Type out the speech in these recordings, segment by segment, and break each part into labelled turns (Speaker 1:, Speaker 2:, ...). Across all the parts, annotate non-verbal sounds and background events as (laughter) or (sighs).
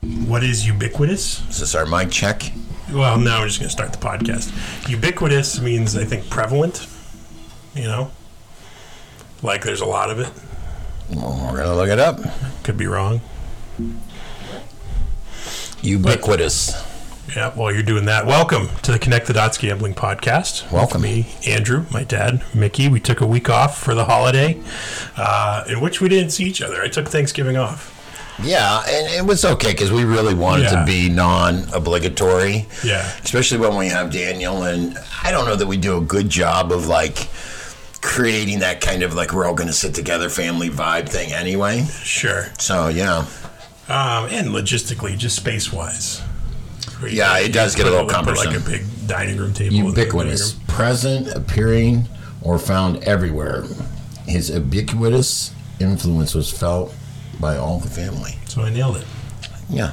Speaker 1: what is ubiquitous?
Speaker 2: Is this our mic check?
Speaker 1: Well, now we're just going to start the podcast. Ubiquitous means, I think, prevalent, you know? Like there's a lot of it.
Speaker 2: Well, we're gonna look it up.
Speaker 1: Could be wrong.
Speaker 2: Ubiquitous.
Speaker 1: Yeah, while you're doing that, welcome to the Connect the Dots Gambling Podcast. With
Speaker 2: Welcome.
Speaker 1: me, Andrew, my dad, Mickey. We took a week off for the holiday, uh, in which we didn't see each other. I took Thanksgiving off.
Speaker 2: Yeah, and it was okay because we really wanted
Speaker 1: Yeah.
Speaker 2: to be non-obligatory.
Speaker 1: Yeah.
Speaker 2: Especially when we have Daniel, and I don't know that we do a good job of like creating that kind of like we're all gonna sit together family vibe thing anyway.
Speaker 1: Sure.
Speaker 2: So yeah,
Speaker 1: Um, and logistically, just space wise.
Speaker 2: Yeah, it does get a little
Speaker 1: Like a
Speaker 2: cumbersome.
Speaker 1: big dining room table. in the living room.
Speaker 2: present, appearing, or found everywhere. His ubiquitous influence was felt by all the family.
Speaker 1: So I nailed it.
Speaker 2: Yeah.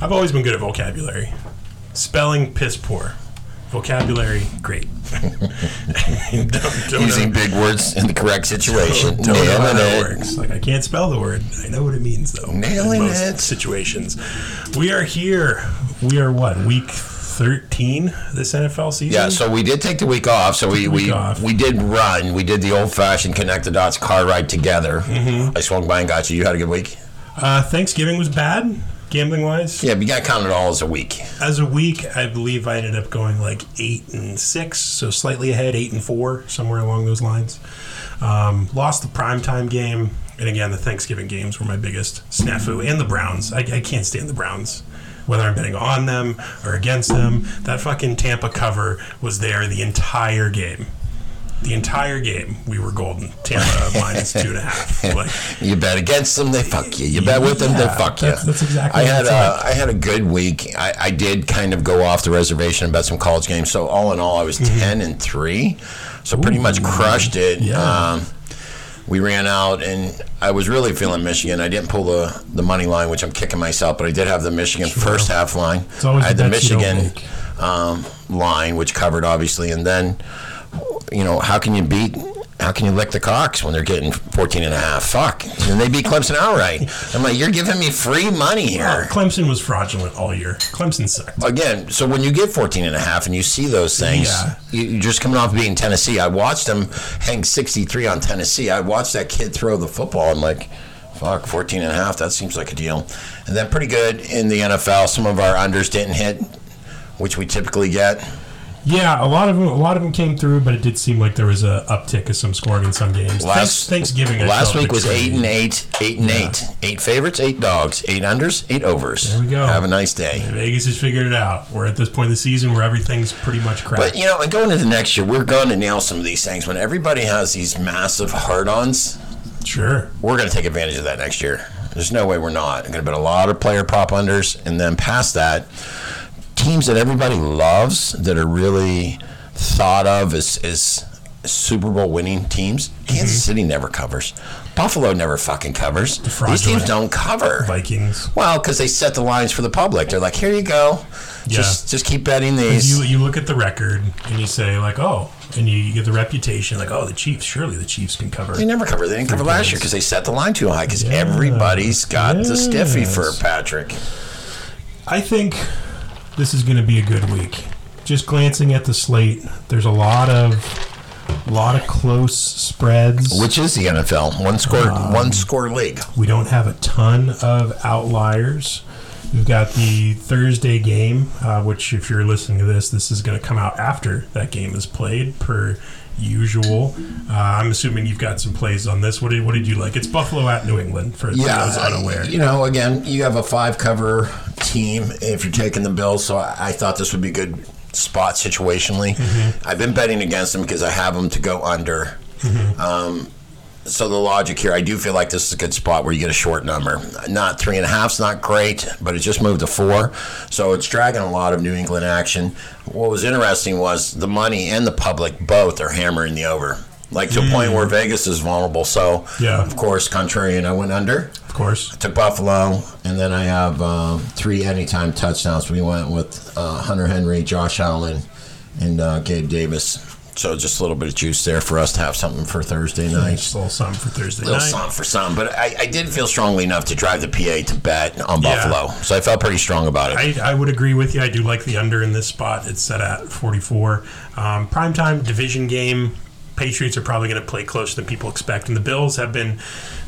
Speaker 1: I've always been good at vocabulary. Spelling, piss poor. Vocabulary, great. (laughs) don't, don't
Speaker 2: using big words in the correct situation.
Speaker 1: don't know how that
Speaker 2: Nailing it.
Speaker 1: works. Like I can't spell the word. I know what it means though.
Speaker 2: Nailing
Speaker 1: in most
Speaker 2: it.
Speaker 1: Situations. We are here. We are what week thirteen this NFL season.
Speaker 2: Yeah, so we did take the week off. So we we,
Speaker 1: off.
Speaker 2: we did run. We did the old fashioned connect the dots car ride together. I swung by and got you. You had a good week.
Speaker 1: Uh, Thanksgiving was bad gambling wise.
Speaker 2: Yeah, but you got to count it all as a week.
Speaker 1: As a week, I believe I ended up going like eight and six, so slightly ahead, eight and four, somewhere along those lines. Um, lost the primetime game, and again, the Thanksgiving games were my biggest snafu, and the Browns. I, I can't stand the Browns, whether I'm betting on them or against them. That fucking Tampa cover was there the entire game. The entire game, we were golden. Tampa minus two and a half. Like,
Speaker 2: You bet against them, they fuck you. You bet with them, they
Speaker 1: Yeah,
Speaker 2: fuck you.
Speaker 1: that's- that's exactly
Speaker 2: I
Speaker 1: what
Speaker 2: had
Speaker 1: it's
Speaker 2: a I had a good week. I, I did kind of go off the reservation and bet some college games. So all in all, I was
Speaker 1: Mm-hmm.
Speaker 2: ten and three. So pretty much crushed it.
Speaker 1: Yeah.
Speaker 2: Um, we ran out, and I was really feeling Michigan. I didn't pull the, the money line, which I'm kicking myself. But I did have the Michigan first half line.
Speaker 1: always
Speaker 2: I had
Speaker 1: the
Speaker 2: the
Speaker 1: bets you don't
Speaker 2: Michigan um, line, which covered obviously, and then you know, how can you beat, how can you lick the Cox when they're getting 14 and a half? Fuck. And they beat Clemson outright. I'm like, you're giving me free money here.
Speaker 1: Clemson was fraudulent all year. Clemson sucked.
Speaker 2: Again, so when you get 14 and a half and you see those things,
Speaker 1: Yeah.
Speaker 2: you, you're just coming off beating Tennessee. I watched them hang 63 on Tennessee. I watched that kid throw the football. I'm like, fuck, 14 and a half, that seems like a deal. And then pretty good in the NFL. Some of our unders didn't hit, which we typically get.
Speaker 1: Yeah, a lot of them, a lot of them came through, but it did seem like there was a uptick of some scoring in some games. Thanks-
Speaker 2: Last
Speaker 1: Thanksgiving I
Speaker 2: Last
Speaker 1: felt
Speaker 2: week was
Speaker 1: excited.
Speaker 2: eight and eight, eight and eight, eight favorites, eight dogs, eight unders, eight overs.
Speaker 1: There we go.
Speaker 2: Have a nice day.
Speaker 1: Vegas has figured it out. We're at this point in the season where everything's pretty much crap.
Speaker 2: But you know, and going into next year, we're going to nail some of these things. When everybody has these massive hard-ons,
Speaker 1: sure,
Speaker 2: we're going to take advantage of that next year. There's no way we're not. I'm going to bet a lot of player prop unders, and then past that, teams that everybody loves that are really thought of as, as Super Bowl winning teams. Kansas
Speaker 1: Mm-hmm.
Speaker 2: City never covers. Buffalo never fucking covers. These teams
Speaker 1: fraudulent
Speaker 2: don't cover.
Speaker 1: Vikings.
Speaker 2: Well, because they set the lines for the public. They're like, here you go. Just just keep betting these.
Speaker 1: You you look at the record and you say like, oh, and you, you get the reputation like, oh, the Chiefs. Surely the Chiefs can cover.
Speaker 2: they never cover. They didn't cover last year because they set the line too high because everybody's got the stiffy for
Speaker 1: Yes.
Speaker 2: Patrick.
Speaker 1: I think this is going to be a good week. Just glancing at the slate, there's a lot of, lot of close spreads.
Speaker 2: Which is the NFL. One score one score league.
Speaker 1: We don't have a ton of outliers. We've got the Thursday game, uh, which, if you're listening to this, this is going to come out after that game is played, per usual. Uh, I'm assuming you've got some plays on this. What did, what did you like? It's Buffalo at New England, for yeah, those unaware.
Speaker 2: You know, again, you have a five cover team if you're taking the Bills, so I, I thought this would be a good spot situationally. I've been betting against them because I have them to go under. Um, so the logic here, I do feel like this is a good spot where you get a short number. Not three and a half's not great, but it just moved to four, so it's dragging a lot of New England action. What was interesting was the money and the public both are hammering the over, like to a point where Vegas is vulnerable. So
Speaker 1: Yeah.
Speaker 2: of course, contrarian, I went under
Speaker 1: Of course.
Speaker 2: to Buffalo, and then I have um, three anytime touchdowns. We went with uh, Hunter Henry, Josh Allen, and uh, Gabe Davis. So just a little bit of juice there for us to have something for Thursday night.
Speaker 1: Just a little something for Thursday
Speaker 2: little
Speaker 1: night.
Speaker 2: something for some, but I, I did feel strongly enough to drive the PA to bet on
Speaker 1: Yeah.
Speaker 2: Buffalo. So I felt pretty strong about it.
Speaker 1: I, I would agree with you. I do like the under in this spot. It's set at 44. Um, primetime division game. Patriots are probably going to play closer than people expect, and the Bills have been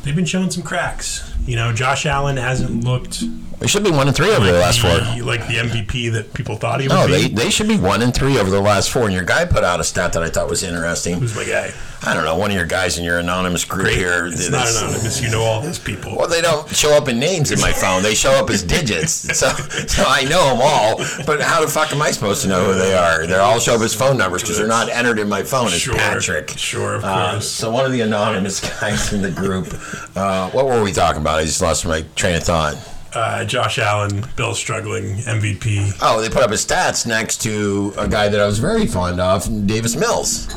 Speaker 1: they've been showing some cracks. You know, Josh Allen hasn't looked
Speaker 2: They should be one and three over the last four.
Speaker 1: the, like the MVP that people thought he would
Speaker 2: No,
Speaker 1: be.
Speaker 2: they, they should be one and three over the last four. And your guy put out a stat that I thought was interesting.
Speaker 1: Who's my guy?
Speaker 2: I don't know, one of your guys in your anonymous group here.
Speaker 1: It's
Speaker 2: that
Speaker 1: not
Speaker 2: is-
Speaker 1: anonymous. You know all those people.
Speaker 2: Well, they don't show up in names in my phone. They show up as digits. (laughs) So, so I know them all. But how the fuck am I supposed to know who they are? They all show up as phone numbers because they're not entered in my phone. It's
Speaker 1: Sure.
Speaker 2: Patrick.
Speaker 1: Sure, of
Speaker 2: Uh,
Speaker 1: course.
Speaker 2: so one of the anonymous (laughs) guys in the group. Uh, what were we talking about? I just lost my train of thought.
Speaker 1: Uh, Josh Allen, Bills struggling MVP.
Speaker 2: Oh, they put up his stats next to a guy that I was very fond of, Davis Mills.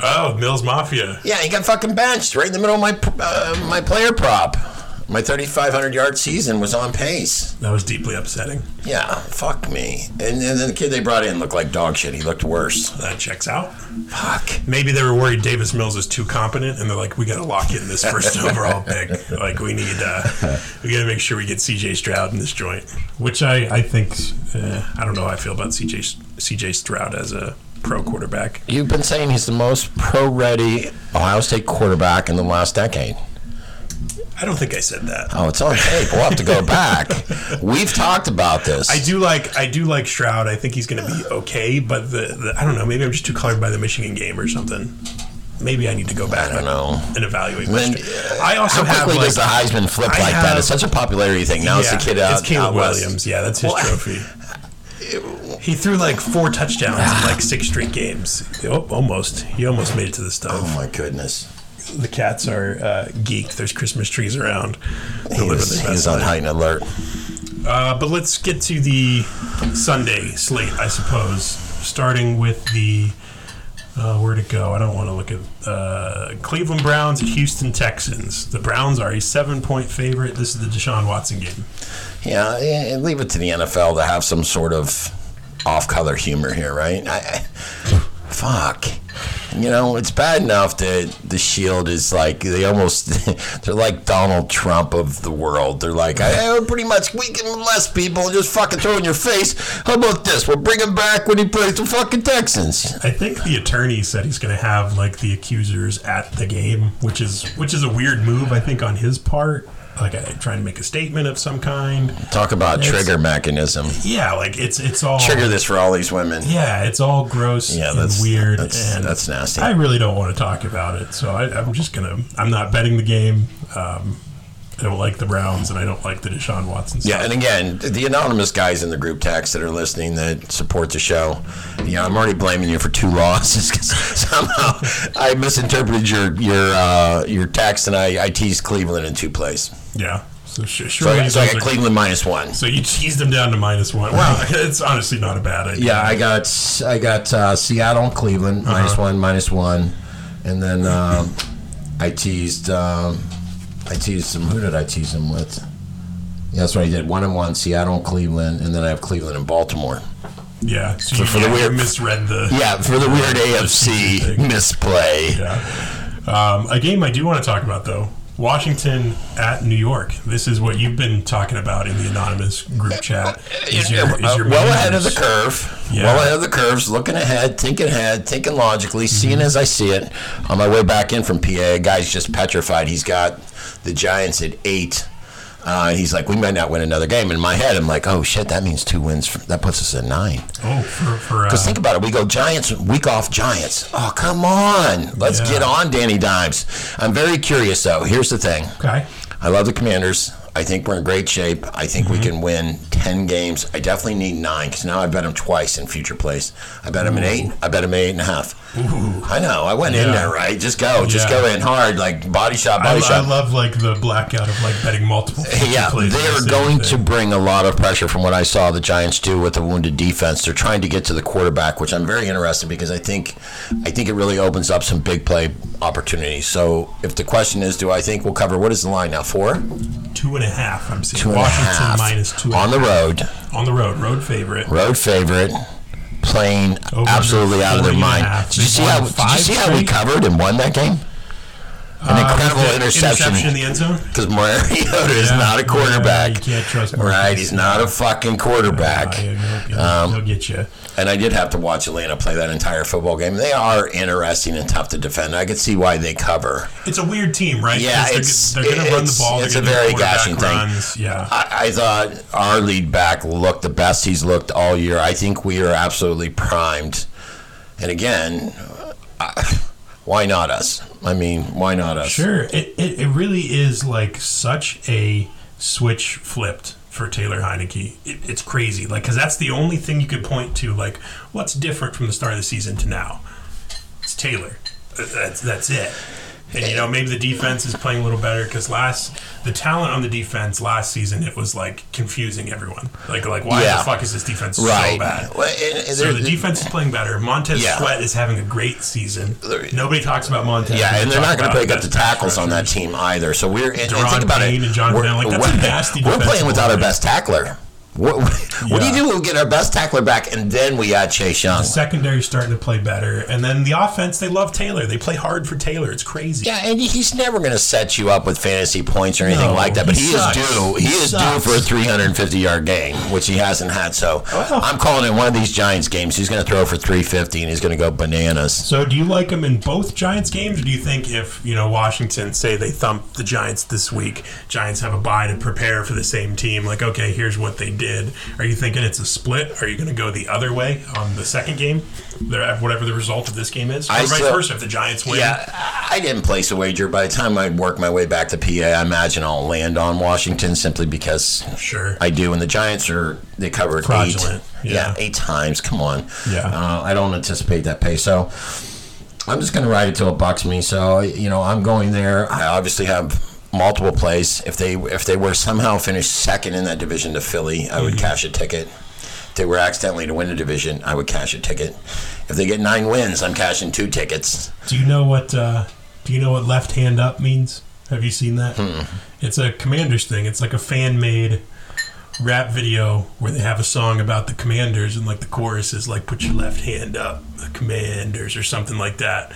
Speaker 1: Oh, Mills Mafia.
Speaker 2: Yeah, he got fucking benched right in the middle of my uh, my player prop. My 3,500 yard season was on pace.
Speaker 1: That was deeply upsetting.
Speaker 2: Yeah, fuck me. And, and then the kid they brought in looked like dog shit. He looked worse.
Speaker 1: That checks out.
Speaker 2: Fuck.
Speaker 1: Maybe they were worried Davis Mills is too competent, and they're like, "We got to lock in this first (laughs) overall pick. Like, we need, uh, we got to make sure we get C.J. Stroud in this joint." Which I, I think, uh, I don't know how I feel about C.J. S- C.J. Stroud as a pro quarterback.
Speaker 2: You've been saying he's the most pro ready Ohio State quarterback in the last decade.
Speaker 1: I don't think I said that.
Speaker 2: Oh, it's on tape. We'll have to
Speaker 1: (laughs)
Speaker 2: go back. We've talked about this.
Speaker 1: I do like I do like Stroud. I think he's going to be okay, but the, the I don't know. Maybe I'm just too colored by the Michigan game or something. Maybe I need to go back.
Speaker 2: I don't know.
Speaker 1: and evaluate.
Speaker 2: Then,
Speaker 1: Then, I also
Speaker 2: How
Speaker 1: have
Speaker 2: quickly
Speaker 1: like
Speaker 2: does the Heisman flip
Speaker 1: I
Speaker 2: like that?
Speaker 1: have-
Speaker 2: It's such a popularity thing. Now it's the kid out.
Speaker 1: it's Caleb
Speaker 2: out west.
Speaker 1: Williams. Yeah, that's his
Speaker 2: Well, (laughs)
Speaker 1: trophy. He threw like four touchdowns in like six straight games. Oh, almost. He almost made it to the
Speaker 2: Oh
Speaker 1: stuff.
Speaker 2: my goodness.
Speaker 1: The cats are uh, geeked. There's Christmas trees around. They're
Speaker 2: He
Speaker 1: living
Speaker 2: was,
Speaker 1: their
Speaker 2: he was
Speaker 1: best
Speaker 2: on
Speaker 1: life.
Speaker 2: heightened alert.
Speaker 1: Uh, but let's get to the Sunday slate, I suppose. Starting with the uh, where to go. I don't want to look at uh, Cleveland Browns at Houston Texans. The Browns are a seven-point favorite. This is the Deshaun Watson game.
Speaker 2: Yeah, yeah, and leave it to the NFL to have some sort of off-color humor here, right? I, I, fuck. You know, it's bad enough that the Shield is like they almost (laughs) they're like Donald Trump of the world. They're like, I, I pretty much we can less people and just fucking throw it in your face. How about this? We'll bring him back when he plays the fucking Texans.
Speaker 1: I think the attorney said he's going to have like the accusers at the game, which is which is a weird move I think on his part. Like I, trying to make a statement of some kind.
Speaker 2: Talk about trigger mechanism.
Speaker 1: Yeah, like it's it's all
Speaker 2: Trigger this for all these women.
Speaker 1: yeah, it's all gross
Speaker 2: Yeah,
Speaker 1: and
Speaker 2: that's
Speaker 1: weird.
Speaker 2: That's,
Speaker 1: and
Speaker 2: that's nasty.
Speaker 1: I really don't want to talk about it, so I, I'm just gonna. I'm not betting the game. Um, I don't like the Browns, and I don't like the Deshaun Watson. stuff.
Speaker 2: Yeah, and again, the anonymous guys in the group text that are listening that support the show, yeah, I'm already blaming you for two (laughs) losses because somehow I misinterpreted your your uh, your text and I, I teased Cleveland in two plays.
Speaker 1: yeah. So sh-
Speaker 2: So,
Speaker 1: surely
Speaker 2: I-
Speaker 1: those
Speaker 2: so I got
Speaker 1: are-
Speaker 2: Cleveland minus one.
Speaker 1: so you teased them down to minus one. Wow, (laughs) it's honestly not a bad idea.
Speaker 2: Yeah, I got I got uh, Seattle and Cleveland minus one, minus one, and then um, I teased um, I teased them. Who did I tease them with? Yeah, that's what I did. One and one, Seattle and Cleveland, and then I have Cleveland and Baltimore.
Speaker 1: Yeah, so you,
Speaker 2: for the
Speaker 1: you
Speaker 2: weird-
Speaker 1: misread the.
Speaker 2: Yeah, for the weird AFC misplay.
Speaker 1: Um, a game I do want to talk about though. Washington at New York. This is what you've been talking about in the anonymous
Speaker 2: (laughs)
Speaker 1: group chat. Is your, is your
Speaker 2: Uh, well ahead of
Speaker 1: Mariners-
Speaker 2: the curve.
Speaker 1: Yeah.
Speaker 2: Well ahead of the curves. Looking ahead, thinking ahead, thinking logically,
Speaker 1: Mm-hmm.
Speaker 2: seeing as I see it. On my way back in from PA, a guy's just petrified. He's got the Giants at eight. Uh, he's like, we might not win another game. In my head, I'm like, oh shit, that means two wins. From, that puts us at nine.
Speaker 1: Oh, for, for uh,
Speaker 2: Because think about it, we go Giants week off Giants. Oh come on, let's
Speaker 1: Yeah.
Speaker 2: get on, Danny Dimes. I'm very curious though. Here's the thing.
Speaker 1: okay.
Speaker 2: I love the Commanders. I think we're in great shape. I think we
Speaker 1: Mm-hmm.
Speaker 2: can win 10 games. I definitely need nine because now I bet them twice in future plays. I bet them an eight. I bet them an eight and a half. I know. I went in
Speaker 1: Yeah.
Speaker 2: there, right? Just go. Just
Speaker 1: Yeah.
Speaker 2: go in hard, like body shot,
Speaker 1: I,
Speaker 2: body
Speaker 1: I
Speaker 2: shot.
Speaker 1: love like the blackout of like betting multiple.
Speaker 2: yeah,
Speaker 1: plays in
Speaker 2: they
Speaker 1: the
Speaker 2: are
Speaker 1: same
Speaker 2: going to
Speaker 1: thing.
Speaker 2: bring a lot of pressure from what I saw the Giants do with the wounded defense. They're trying to get to the quarterback, which I'm very interested because I think I think it really opens up some big play opportunities. So if the question is, do I think we'll cover what is the line now? Four?
Speaker 1: two and a half. I'm seeing
Speaker 2: Two and a
Speaker 1: Washington
Speaker 2: half
Speaker 1: minus two and
Speaker 2: on
Speaker 1: a
Speaker 2: the
Speaker 1: half.
Speaker 2: road.
Speaker 1: on the road road favorite.
Speaker 2: road favorite playing
Speaker 1: Over
Speaker 2: absolutely out of their
Speaker 1: three and a
Speaker 2: mind.
Speaker 1: half.
Speaker 2: Did you
Speaker 1: They
Speaker 2: see
Speaker 1: won
Speaker 2: how? Did you
Speaker 1: five
Speaker 2: see how we
Speaker 1: straight.
Speaker 2: covered and won that game? An
Speaker 1: Uh, with
Speaker 2: incredible
Speaker 1: the
Speaker 2: interception.
Speaker 1: in the end zone.
Speaker 2: Because Mariota is
Speaker 1: Yeah,
Speaker 2: not a
Speaker 1: yeah,
Speaker 2: quarterback.
Speaker 1: you can't trust Mariota.
Speaker 2: Right, he's not a fucking quarterback.
Speaker 1: Uh, he'll- he'll-
Speaker 2: Um,
Speaker 1: he'll get you.
Speaker 2: And I did have to watch Atlanta play that entire football game. They are interesting and tough to defend. I could see why they cover.
Speaker 1: It's a weird team, right?
Speaker 2: Yeah,
Speaker 1: 'Cause they're,
Speaker 2: it's-
Speaker 1: they're going to run the
Speaker 2: it's-
Speaker 1: ball.
Speaker 2: it's
Speaker 1: they're gonna
Speaker 2: a
Speaker 1: do
Speaker 2: very
Speaker 1: quarterback
Speaker 2: gushing thing.
Speaker 1: runs. Yeah.
Speaker 2: I, I thought our lead back looked the best he's looked all year. I think we are absolutely primed. And again, I, why not us? I mean, why not us?
Speaker 1: Sure. It, it, it really is like such a switch flipped for Taylor Heineke. It, it's crazy. Like, because that's the only thing you could point to. Like, what's different from the start of the season to now? It's Taylor. That's, that's it. And, you know, maybe the defense is playing a little better because last, the talent on the defense last season, it was like confusing everyone. Like, like why
Speaker 2: Yeah.
Speaker 1: the fuck is this defense
Speaker 2: Right.
Speaker 1: so bad?
Speaker 2: Well, and- and
Speaker 1: So
Speaker 2: there-
Speaker 1: the defense is playing better. Montez
Speaker 2: Yeah.
Speaker 1: Sweat is having a great season.
Speaker 2: There-
Speaker 1: Nobody talks about Montez.
Speaker 2: Yeah,
Speaker 1: They
Speaker 2: and they're
Speaker 1: talk
Speaker 2: not going to
Speaker 1: about
Speaker 2: pick up the
Speaker 1: best pass
Speaker 2: tackles on that
Speaker 1: rushers.
Speaker 2: team either. So we're and, and
Speaker 1: Deron
Speaker 2: think about
Speaker 1: Payne
Speaker 2: it.
Speaker 1: and John
Speaker 2: we're, (laughs)
Speaker 1: Van, like, that's a nasty
Speaker 2: we're
Speaker 1: defensive
Speaker 2: playing without our
Speaker 1: line.
Speaker 2: best tackler. What, what, what do you
Speaker 1: Yeah.
Speaker 2: do? when We get our best tackler back, and then we add Chase Young.
Speaker 1: Secondary starting to play better, and then the offense. They love Taylor. They play hard for Taylor. It's crazy.
Speaker 2: Yeah, and he's never going to set you up with fantasy points or anything
Speaker 1: No,
Speaker 2: like that. But
Speaker 1: he
Speaker 2: he,
Speaker 1: sucks.
Speaker 2: is due. He,
Speaker 1: He
Speaker 2: is
Speaker 1: sucks.
Speaker 2: due for a 350 yard game, which he hasn't had. So
Speaker 1: Well.
Speaker 2: I'm calling in one of these Giants games. He's going to throw for 350, and he's going to go bananas.
Speaker 1: So, do you like him in both Giants games, or do you think if you know Washington say they thump the Giants this week, Giants have a bye to prepare for the same team? Like, okay, here's what they did. Are you thinking it's a split? Are you going to go the other way on the second game, There- whatever the result of this game is, or
Speaker 2: I
Speaker 1: vice
Speaker 2: still-
Speaker 1: versa if the Giants win?
Speaker 2: Yeah, I I didn't place a wager. By the time I work my way back to PA, I imagine I'll land on Washington simply because
Speaker 1: sure.
Speaker 2: I do, and the Giants are they covered
Speaker 1: Fraudulent,
Speaker 2: eight,
Speaker 1: yeah.
Speaker 2: yeah. eight times. Come on,
Speaker 1: Yeah.
Speaker 2: Uh, I don't anticipate that pace, so I'm just gonna ride it till it bucks me. So you know, I'm going there. I obviously have multiple plays. If they if they were somehow finished second in that division to Philly, I would cash a ticket. If they were accidentally to win a division, I would cash a ticket. If they get nine wins, I'm cashing two tickets.
Speaker 1: Do you know what? Uh, do you know what left hand up means? Have you seen that?
Speaker 2: Hmm.
Speaker 1: It's a Commanders thing. It's like a fan made rap video where they have a song about the Commanders and like the chorus is like "Put your left hand up, the Commanders" or something like that.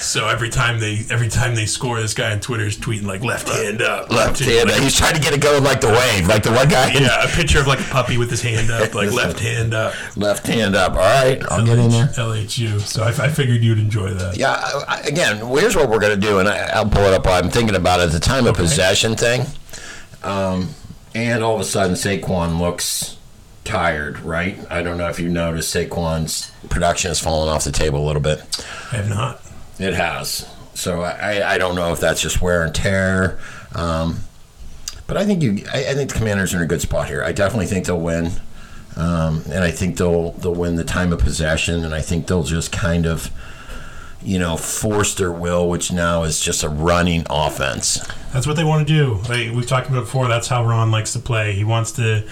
Speaker 1: So every time they every time they score, this guy on Twitter is tweeting like "Left hand up,
Speaker 2: Left
Speaker 1: to-
Speaker 2: hand.
Speaker 1: like,
Speaker 2: He's trying to get it going like the wave, like the one guy.
Speaker 1: yeah, a picture of like a puppy with his hand up, like left hand up.
Speaker 2: Left hand up. All right, I'll get in there.
Speaker 1: LHU. So I, I figured you'd enjoy that.
Speaker 2: Yeah, I- I- again, here's what we're going to do, and I, I'll pull it up. while I'm thinking about it. The time of possession thing. Um, and all of a sudden, Saquon looks tired, right? I don't know if you noticed Saquon's production has fallen off the table a little bit.
Speaker 1: I have not.
Speaker 2: It has. So I, I- I don't know if that's just wear and tear. Um, but I think you, I, I think the Commanders are in a good spot here. I definitely think they'll win, um, and I think they'll they'll win the time of possession, and I think they'll just kind of, you know, force their will, which now is just a running offense.
Speaker 1: That's what they want to do. Like we've talked about before, that's how Ron likes to play. He wants to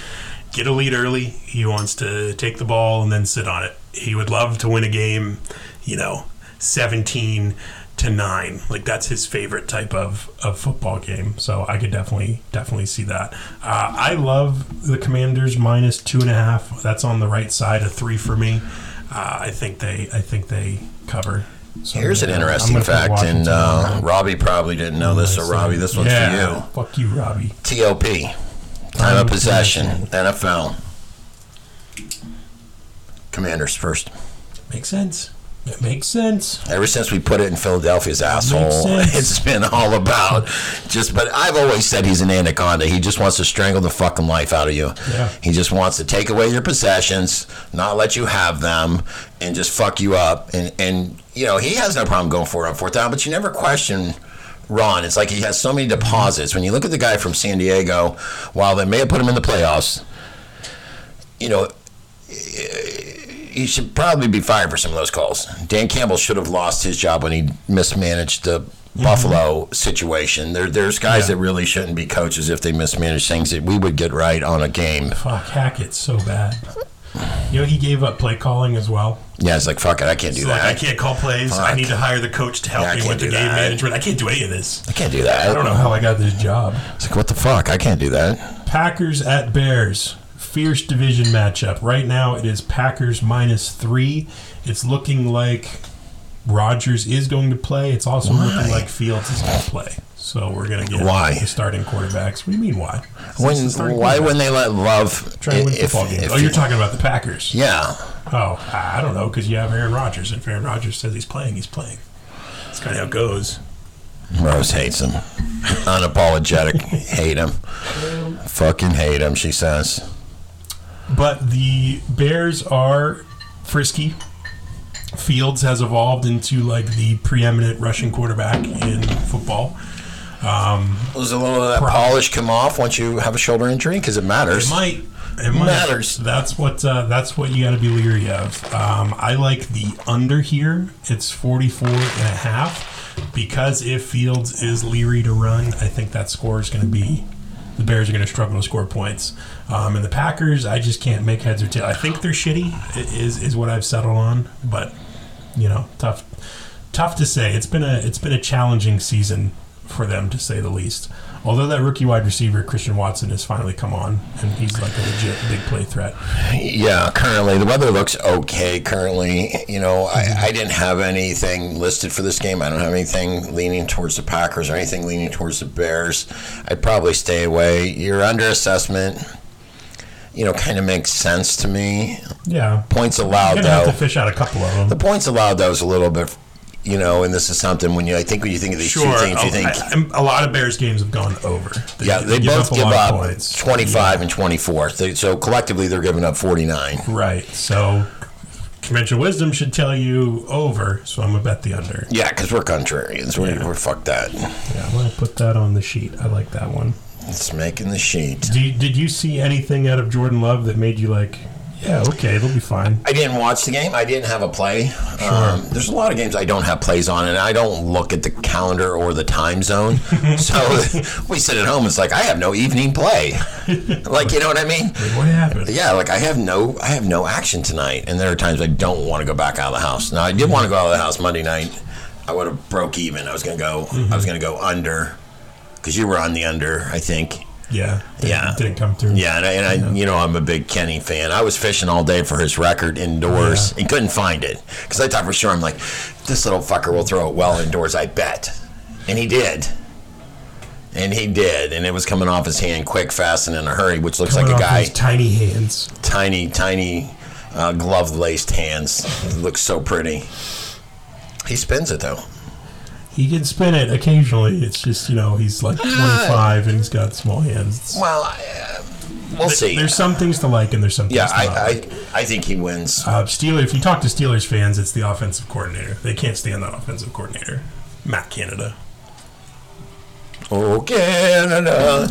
Speaker 1: get a lead early. He wants to take the ball and then sit on it. He would love to win a game, you know, 17 to 9. Like that's his favorite type of, of football game. So I could definitely definitely see that. Uh, I love the Commanders minus two and a half. That's on the right side of three for me. Uh, I think they I think they cover. So
Speaker 2: Here's an
Speaker 1: yeah, I'm
Speaker 2: interesting
Speaker 1: gonna pick
Speaker 2: fact, and
Speaker 1: Washington on
Speaker 2: uh, Robbie probably didn't know this, so
Speaker 1: that.
Speaker 2: Robbie, this one's
Speaker 1: Yeah.
Speaker 2: for
Speaker 1: Fuck you, Robbie.
Speaker 2: you. TOP, time of possession, NFL. Commanders first.
Speaker 1: Makes sense. It makes sense.
Speaker 2: Ever since we put it in Philadelphia's asshole,
Speaker 1: sense.
Speaker 2: (laughs) it's been all about just. But I've always said he's an anaconda. He just wants to strangle the fucking life out of you.
Speaker 1: Yeah.
Speaker 2: He just wants to take away your possessions, not let you have them, and just fuck you up. And and you know he has no problem going for it on fourth down, but you never question. Ron, it's like he has so many deposits. When you look at the guy from San Diego, while they may have put him in the playoffs, you know, he should probably be fired for some of those calls. Dan Campbell should have lost his job when he mismanaged the Buffalo situation. There, there's guys that really shouldn't be coaches if they mismanage things that we would get right on a game.
Speaker 1: Fuck, Hackett's so bad. You know, he gave up play calling as well.
Speaker 2: Yeah, it's like fuck it, I can't do
Speaker 1: He's like,
Speaker 2: that.
Speaker 1: I can't call plays. I
Speaker 2: Fuck.
Speaker 1: need to hire the coach to help
Speaker 2: Yeah, I
Speaker 1: me with
Speaker 2: can't
Speaker 1: the
Speaker 2: do
Speaker 1: game
Speaker 2: that.
Speaker 1: management. I can't do any of this.
Speaker 2: I can't do that.
Speaker 1: I don't know how I got this job.
Speaker 2: It's like what the fuck? I can't do that.
Speaker 1: Packers at Bears. fierce division matchup. Right now, it is Packers minus three. It's looking like Rodgers is going to play. It's also looking like Fields is going to play. So we're going to get
Speaker 2: Why?
Speaker 1: the starting quarterbacks. What do you mean why?
Speaker 2: When,
Speaker 1: Since the starting
Speaker 2: why
Speaker 1: quarterback-
Speaker 2: wouldn't they let Love?
Speaker 1: Try to win
Speaker 2: if-
Speaker 1: football games.
Speaker 2: if-
Speaker 1: oh, you're talking about the Packers.
Speaker 2: Yeah.
Speaker 1: Oh, I I don't know because you have Aaron Rodgers, and if Aaron Rodgers says he's playing, he's playing. That's kind of how it goes.
Speaker 2: Rose hates him. (laughs) Unapologetic. hate him. Fucking hate him, she says.
Speaker 1: But the Bears are frisky. Fields has evolved into like the preeminent rushing quarterback in football.
Speaker 2: Does a little of that polish come off once you have a shoulder injury? Because it matters.
Speaker 1: It might. It might.
Speaker 2: Matters.
Speaker 1: That's what. Uh, that's what you got to be leery of. Um, I like the under here. It's 44 and a half because if Fields is leery to run, I think that score is going to be. The Bears are going to struggle to score points, um, and the Packers. I just can't make heads or tail. I think they're shitty. i- Is is what I've settled on, but you know, tough, tough to say. It's been a it's been a challenging season for them to say the least. Although that rookie wide receiver Christian Watson has finally come on, and he's like a legit big play threat.
Speaker 2: Yeah, currently the weather looks okay. Currently, you know, I, I didn't have anything listed for this game. I don't have anything leaning towards the Packers or anything leaning towards the Bears. I'd probably stay away. Your under assessment, you know, kind of makes sense to me.
Speaker 1: Yeah,
Speaker 2: Points
Speaker 1: I'm
Speaker 2: allowed,
Speaker 1: gonna
Speaker 2: though.
Speaker 1: have to fish out a couple of
Speaker 2: the
Speaker 1: them.
Speaker 2: points allowed, though, is a little bit, you know, and this is something when you, I think, when you think of these two teams, you think.
Speaker 1: Oh, a lot of Bears games have gone over.
Speaker 2: yeah, they, both give
Speaker 1: lot
Speaker 2: up,
Speaker 1: of points.
Speaker 2: 25 and 24. They- So collectively, they're giving up 49.
Speaker 1: Right, so conventional wisdom should tell you over. So I'm gonna bet the under.
Speaker 2: Yeah, because we're contrarians. We're, we're fuck that.
Speaker 1: Yeah, I'm gonna put that on the sheet. I like that one.
Speaker 2: It's making the sheet.
Speaker 1: Do you, did you see anything out of Jordan Love that made you like, yeah, okay, they'll be fine?
Speaker 2: I didn't watch the game. I didn't have a play. Um, there's a lot of games I don't have plays on, and I don't look at the calendar or the time zone. so (laughs) we sit at home. It's like I have no evening play. like you know what I mean?
Speaker 1: What happened?
Speaker 2: Yeah, like I have no, I have no action tonight, and there are times I don't want to go back out of the house. Now I did want to go out of the house Monday night. I would have broke even. I was gonna go. I was gonna go under because you were on the under, I think.
Speaker 1: Yeah. Didn't,
Speaker 2: Yeah.
Speaker 1: Didn't come through.
Speaker 2: Yeah, and, I, and I, you know, I'm a big Kenny fan. I was fishing all day for his record indoors and couldn't find it because I thought for sure I'm like, this little fucker will throw it well indoors, I bet, and he did, and he did, and it was coming off his hand quick, fast, and in a hurry, which looks
Speaker 1: Coming
Speaker 2: like a
Speaker 1: off
Speaker 2: guy
Speaker 1: his tiny hands.
Speaker 2: tiny, tiny, uh, glove laced hands. It looks so pretty. He spins it though.
Speaker 1: He can spin it occasionally. It's just, you know, he's like 25 and he's got small hands. It's-
Speaker 2: Ah. Well, I, uh, we'll see.
Speaker 1: There's some things to like and there's some things
Speaker 2: yeah,
Speaker 1: to not like.
Speaker 2: I, I, I think he wins.
Speaker 1: Uh, Steeler, if you talk to Steelers fans, it's the offensive coordinator. They can't stand that offensive coordinator, Matt Canada.
Speaker 2: Oh Canada.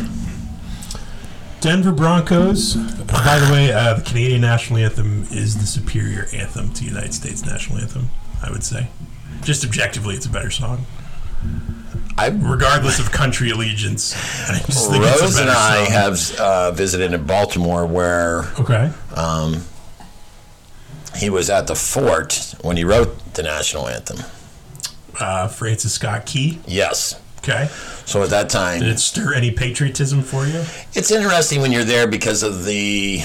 Speaker 1: Denver Broncos. By the way, uh, the Canadian national anthem is the superior anthem to the United States national anthem. I would say, just objectively, it's a better song,
Speaker 2: I
Speaker 1: regardless of country allegiance. I just think it's a
Speaker 2: Rose and
Speaker 1: better
Speaker 2: I
Speaker 1: song.
Speaker 2: have uh, visited in Baltimore where um,
Speaker 1: Okay.
Speaker 2: he was at the fort when he wrote the national anthem.
Speaker 1: Uh, Francis Scott Key.
Speaker 2: Yes.
Speaker 1: Okay.
Speaker 2: So at that
Speaker 1: Did
Speaker 2: time,
Speaker 1: it stir any patriotism for you?
Speaker 2: it's interesting when you're there because of the,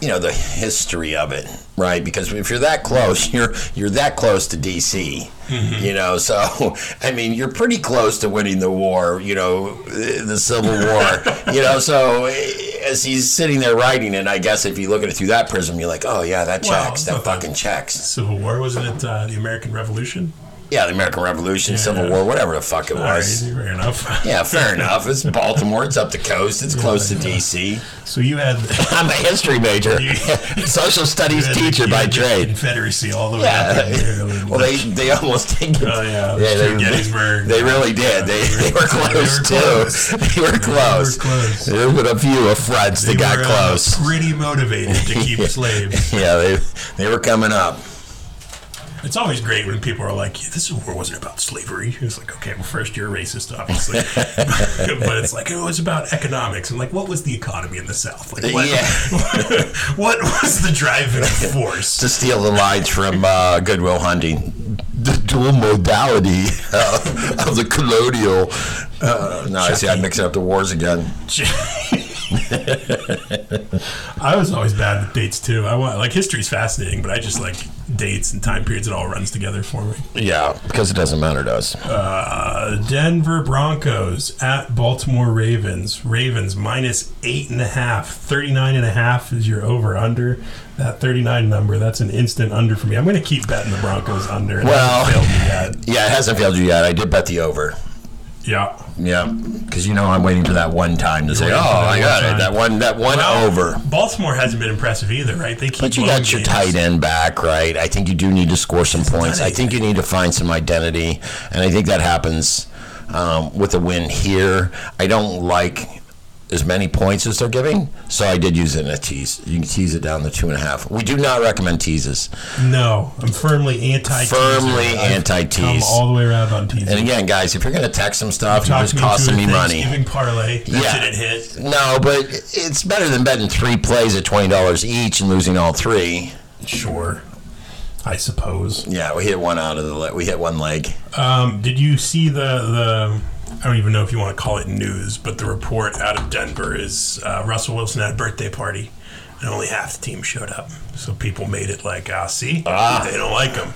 Speaker 2: you know, the history of it, right? Because if you're that close, (laughs) you're you're that close to D.C.
Speaker 1: Mm-hmm.
Speaker 2: You know, so (laughs) I mean, you're pretty close to winning the war. You know, the the
Speaker 1: (laughs)
Speaker 2: Civil War. you know, so eh, as he's sitting there writing it, I guess if you look at it through that prism, you're like, oh yeah, that
Speaker 1: Well,
Speaker 2: checks,
Speaker 1: it's
Speaker 2: that
Speaker 1: not that-
Speaker 2: fucking checks.
Speaker 1: Civil War wasn't it? Uh, the American Revolution.
Speaker 2: Yeah, the American Revolution, Civil
Speaker 1: yeah.
Speaker 2: War, whatever the fuck it
Speaker 1: All right,
Speaker 2: was.
Speaker 1: fair enough.
Speaker 2: Yeah, fair enough. It's Baltimore. It's up the coast. It's close to
Speaker 1: yeah.
Speaker 2: D.C.
Speaker 1: (laughs) So you had
Speaker 2: I'm a history (laughs) major,
Speaker 1: You-
Speaker 2: social
Speaker 1: you
Speaker 2: studies
Speaker 1: had the-
Speaker 2: teacher
Speaker 1: you
Speaker 2: by
Speaker 1: had the
Speaker 2: trade.
Speaker 1: Confederacy all the way up
Speaker 2: (laughs) Yeah.
Speaker 1: in there.
Speaker 2: (laughs) Well, they, they almost think.
Speaker 1: Oh, yeah,
Speaker 2: they,
Speaker 1: Gettysburg.
Speaker 2: They really did. They, they were close
Speaker 1: They were
Speaker 2: too. (laughs) They were close.
Speaker 1: close.
Speaker 2: There were a few of friends that got
Speaker 1: were, uh,
Speaker 2: close.
Speaker 1: pretty motivated to
Speaker 2: (laughs)
Speaker 1: keep (laughs) slaves.
Speaker 2: Yeah, they they were coming up.
Speaker 1: It's always great when people are like, yeah, "This war wasn't about slavery." It's like, okay, well, first you're racist, obviously, (laughs) but it's like it was about economics and like, what was the economy in the South? Like, what,
Speaker 2: Yeah.
Speaker 1: (laughs) what was the driving
Speaker 2: (laughs)
Speaker 1: force?
Speaker 2: to steal the lines from uh, Goodwill Hunting. The dual modality uh, of the colonial. Uh, no, I see. I mixing up the wars again.
Speaker 1: I was always bad with dates too. I want like history's fascinating, but I just like dates and time periods. It all runs together for me.
Speaker 2: Yeah, because it doesn't matter to us.
Speaker 1: Uh, Denver Broncos at Baltimore Ravens. Ravens minus eight and a half. 39 and a half is your over under. That 39 number, that's an instant under for me. I'm going to keep betting the Broncos under. It
Speaker 2: Well-
Speaker 1: hasn't failed me yet.
Speaker 2: yeah, it hasn't failed you yet. I did bet the over.
Speaker 1: Yeah.
Speaker 2: Yeah, because you know I'm waiting for that one time to say, "Oh,
Speaker 1: waiting for that
Speaker 2: I got
Speaker 1: one time."
Speaker 2: it." That one, that one
Speaker 1: Well,
Speaker 2: over.
Speaker 1: Baltimore hasn't been impressive either, right? They keep
Speaker 2: But you
Speaker 1: blowing
Speaker 2: got your
Speaker 1: games.
Speaker 2: tight end back, right? I think you do need to score some points. I think you need to find some identity, and I think that happens um, with a win here. I don't like as many points as they're giving, so I did use it in a tease. You can tease it down to two and a half. We do not recommend teases.
Speaker 1: No, I'm firmly anti.
Speaker 2: Firmly anti-tease.
Speaker 1: Come all the way around on teasing.
Speaker 2: And again, guys, if you're going to text some stuff, you're
Speaker 1: Talked
Speaker 2: just
Speaker 1: me into
Speaker 2: costing
Speaker 1: a
Speaker 2: me money.
Speaker 1: Thanksgiving parlay. That
Speaker 2: Yeah.
Speaker 1: didn't hit.
Speaker 2: No, but it's better than betting three plays at twenty dollars each and losing all three.
Speaker 1: Sure, I suppose.
Speaker 2: Yeah, we hit one out of the le- we hit one leg.
Speaker 1: Um, did you see the the? I don't even know if you want to call it news, but the report out of Denver is uh, Russell Wilson had a birthday party, and only half the team showed up. So people made it like, ah, see,
Speaker 2: Ah.
Speaker 1: they don't like him.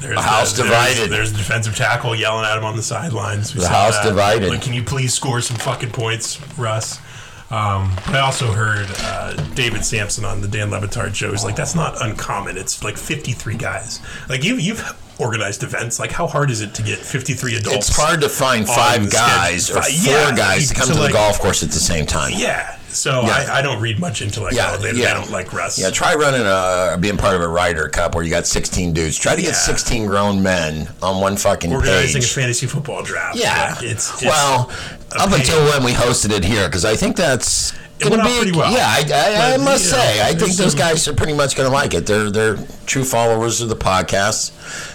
Speaker 1: There's
Speaker 2: house
Speaker 1: there's-
Speaker 2: divided.
Speaker 1: There's the defensive tackle yelling at him on the sidelines. We
Speaker 2: The
Speaker 1: saw
Speaker 2: house divided.
Speaker 1: Like, can you please score some fucking points, Russ? Um, but I also heard uh, David Sampson on the Dan Levitard show. He's like, that's not uncommon. It's like 53 guys. Like you, you've organized events. Like how hard is it to get 53 adults?
Speaker 2: It's hard to find
Speaker 1: on
Speaker 2: five
Speaker 1: schedule.
Speaker 2: guys or
Speaker 1: Fi-
Speaker 2: four
Speaker 1: yeah,
Speaker 2: guys to come
Speaker 1: so,
Speaker 2: to the
Speaker 1: like-
Speaker 2: golf course at the same time.
Speaker 1: Yeah. So I, I don't read much into like,
Speaker 2: Yeah,
Speaker 1: oh, they, they
Speaker 2: yeah.
Speaker 1: don't like Russ.
Speaker 2: Yeah, try running a being part of a Ryder Cup where you got 16 dudes. Try to get
Speaker 1: Yeah.
Speaker 2: 16 grown men on one fucking
Speaker 1: Organizing
Speaker 2: page.
Speaker 1: a fantasy football draft.
Speaker 2: yeah,
Speaker 1: Like, it's, it's
Speaker 2: well, up
Speaker 1: pain.
Speaker 2: until when we hosted it here, because I think that's
Speaker 1: It
Speaker 2: gonna
Speaker 1: went out
Speaker 2: be-
Speaker 1: pretty well.
Speaker 2: Yeah, I, I, I
Speaker 1: But,
Speaker 2: must
Speaker 1: you know,
Speaker 2: say, I think
Speaker 1: there's
Speaker 2: those
Speaker 1: some-
Speaker 2: guys are pretty much going to like it. They're they're true followers of the podcast,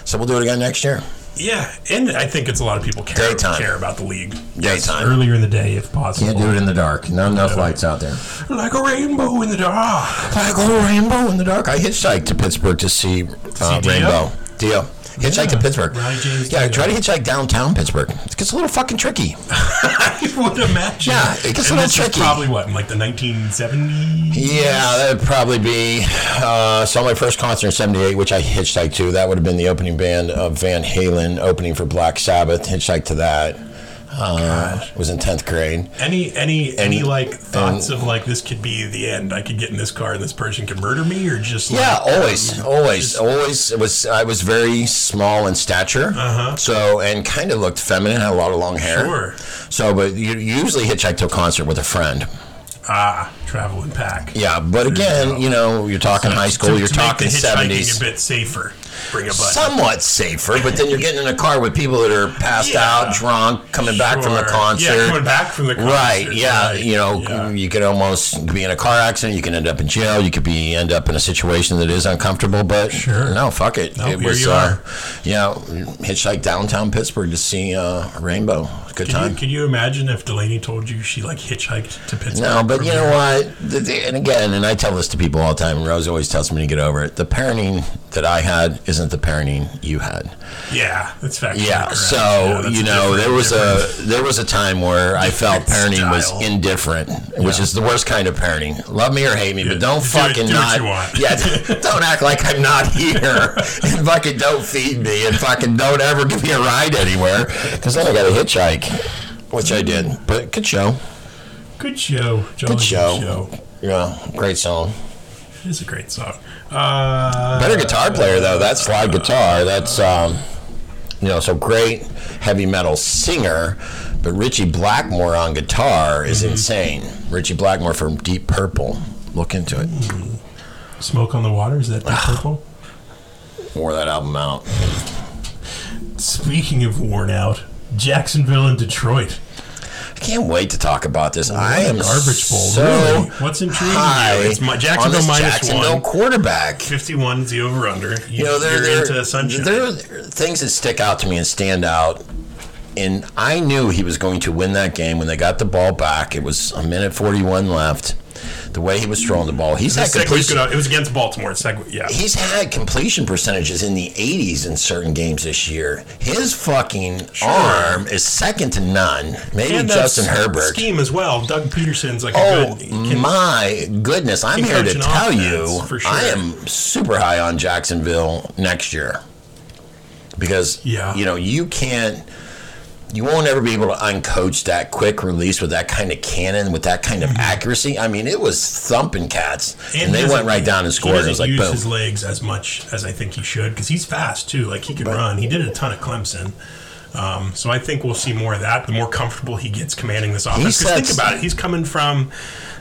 Speaker 2: so we'll do it again next year.
Speaker 1: yeah, and I think it's a lot of people care,
Speaker 2: Daytime.
Speaker 1: care about the league.
Speaker 2: Daytime.
Speaker 1: Earlier in the day, if possible.
Speaker 2: Can't do it in the dark. Not enough lights out there.
Speaker 1: Like a rainbow in the dark.
Speaker 2: Like a rainbow in the dark. I hitchhiked to Pittsburgh to see uh,
Speaker 1: Dio?
Speaker 2: Rainbow. Dio. Hitchhike to
Speaker 1: Yeah,
Speaker 2: Pittsburgh.
Speaker 1: Ronnie James
Speaker 2: yeah,
Speaker 1: Dio.
Speaker 2: try to hitchhike downtown Pittsburgh. It gets a little fucking tricky.
Speaker 1: (laughs) I would imagine.
Speaker 2: Yeah, it gets a
Speaker 1: And
Speaker 2: little
Speaker 1: this is
Speaker 2: tricky.
Speaker 1: Probably what in like the 1970s.
Speaker 2: Yeah, that'd probably be. Uh, saw my first concert in '78, which I hitchhiked to. That would have been the opening band of Van Halen, opening for Black Sabbath. Hitchhiked to that. Uh, was in tenth grade.
Speaker 1: Any any any like thoughts
Speaker 2: oh.
Speaker 1: of like this could be the end? I could get in this car and this person could murder me, or just like,
Speaker 2: Yeah, always, always, always. It was I was very small in stature, uh-huh. so and kind of looked feminine. Had a lot of long hair.
Speaker 1: Sure.
Speaker 2: So, but you you usually hitchhike to a concert with a friend.
Speaker 1: ah travel in pack.
Speaker 2: Yeah, but again, you know, you're talking high school.
Speaker 1: To-
Speaker 2: you're
Speaker 1: to make
Speaker 2: talking
Speaker 1: the hitchhiking
Speaker 2: seventies.
Speaker 1: A bit safer. Bring a button.
Speaker 2: somewhat safer, but then you're getting in a car with people that are passed
Speaker 1: Yeah.
Speaker 2: out, drunk, coming back from a
Speaker 1: Sure.
Speaker 2: concert.
Speaker 1: Yeah, coming back from the concert.
Speaker 2: Right, yeah,
Speaker 1: right.
Speaker 2: you know, mm,
Speaker 1: Yeah.
Speaker 2: you could almost be in a car accident. You can end up in jail. You could be end up in a situation that is uncomfortable. But
Speaker 1: Sure.
Speaker 2: no, fuck it.
Speaker 1: Nope,
Speaker 2: it
Speaker 1: here
Speaker 2: was,
Speaker 1: you
Speaker 2: uh,
Speaker 1: are.
Speaker 2: yeah, hitchhike downtown Pittsburgh to see uh, Rainbow. Good
Speaker 1: Can
Speaker 2: time.
Speaker 1: you, can you imagine if Delaney told you she like hitchhiked to Pittsburgh?
Speaker 2: No, but
Speaker 1: from
Speaker 2: you know what? The- the- And again, and I tell this to people all the time, and Rose always tells me to get over it. The parenting that I had isn't the parenting you had.
Speaker 1: Yeah, that's factually
Speaker 2: Yeah,
Speaker 1: correct.
Speaker 2: so
Speaker 1: Yeah, that's
Speaker 2: you
Speaker 1: a different-
Speaker 2: know there was
Speaker 1: different-
Speaker 2: a there was a time where I felt
Speaker 1: Different
Speaker 2: parenting was
Speaker 1: style.
Speaker 2: indifferent, which is the worst kind of parenting. Love me or hate me, but don't
Speaker 1: do it-
Speaker 2: fucking
Speaker 1: do what
Speaker 2: not.
Speaker 1: you want.
Speaker 2: Yeah, don't act like I'm not here, (laughs) and fucking don't feed me, and fucking don't ever give me a ride anywhere, because then I got a hitchhike, which I did. But good show,
Speaker 1: good show. Jolly
Speaker 2: good show,
Speaker 1: show.
Speaker 2: yeah, great song.
Speaker 1: It's a great song. Uh,
Speaker 2: Better guitar player though. That's slide guitar. That's um, you know, so great heavy metal singer, but Richie Blackmore on guitar is
Speaker 1: Mm-hmm.
Speaker 2: insane. Richie Blackmore from Deep Purple. Look into it.
Speaker 1: Smoke on the Water is that Deep Purple?
Speaker 2: Wore that album out.
Speaker 1: Speaking of worn out, Jacksonville and Detroit.
Speaker 2: I can't wait to talk about this. I
Speaker 1: a
Speaker 2: am
Speaker 1: garbage bowl,
Speaker 2: So
Speaker 1: really. What's intriguing you?
Speaker 2: high
Speaker 1: It's my- Jacksonville
Speaker 2: on this
Speaker 1: minus
Speaker 2: Jacksonville
Speaker 1: one.
Speaker 2: quarterback.
Speaker 1: 51 is the over under. You,
Speaker 2: You know, there,
Speaker 1: are
Speaker 2: there,
Speaker 1: into sunshine.
Speaker 2: there are things that stick out to me and stand out. And I knew he was going to win that game when they got the ball back. It was a minute 41 left. the way he was throwing the ball. He's had
Speaker 1: That segue's
Speaker 2: completion.
Speaker 1: good. It was against Baltimore. Segue, yeah.
Speaker 2: He's had completion percentages in the 80s in certain games this year. His fucking arm is second to none. Maybe
Speaker 1: And that's
Speaker 2: Justin Herbert.
Speaker 1: scheme as well. Doug Peterson's like
Speaker 2: Oh
Speaker 1: a good.
Speaker 2: my goodness! I'm
Speaker 1: can
Speaker 2: here
Speaker 1: coach
Speaker 2: to
Speaker 1: an
Speaker 2: tell
Speaker 1: offense,
Speaker 2: you,
Speaker 1: for
Speaker 2: I
Speaker 1: sure.
Speaker 2: am super high on Jacksonville next year because
Speaker 1: Yeah.
Speaker 2: you know you can't, you won't ever be able to uncoach that quick release with that kind of cannon with that kind of accuracy. I mean, it was thumping cats, and,
Speaker 1: Mm-hmm. he
Speaker 2: they
Speaker 1: doesn't-
Speaker 2: went right down and scored.
Speaker 1: He
Speaker 2: and It was
Speaker 1: doesn't
Speaker 2: like
Speaker 1: use
Speaker 2: boom.
Speaker 1: his legs as much as I think he should because he's fast too. Like he can run. He did a ton of Clemson. Um, so I think we'll see more of that. The more comfortable he gets commanding this offense. 'Cause
Speaker 2: sets-
Speaker 1: think about it. He's coming from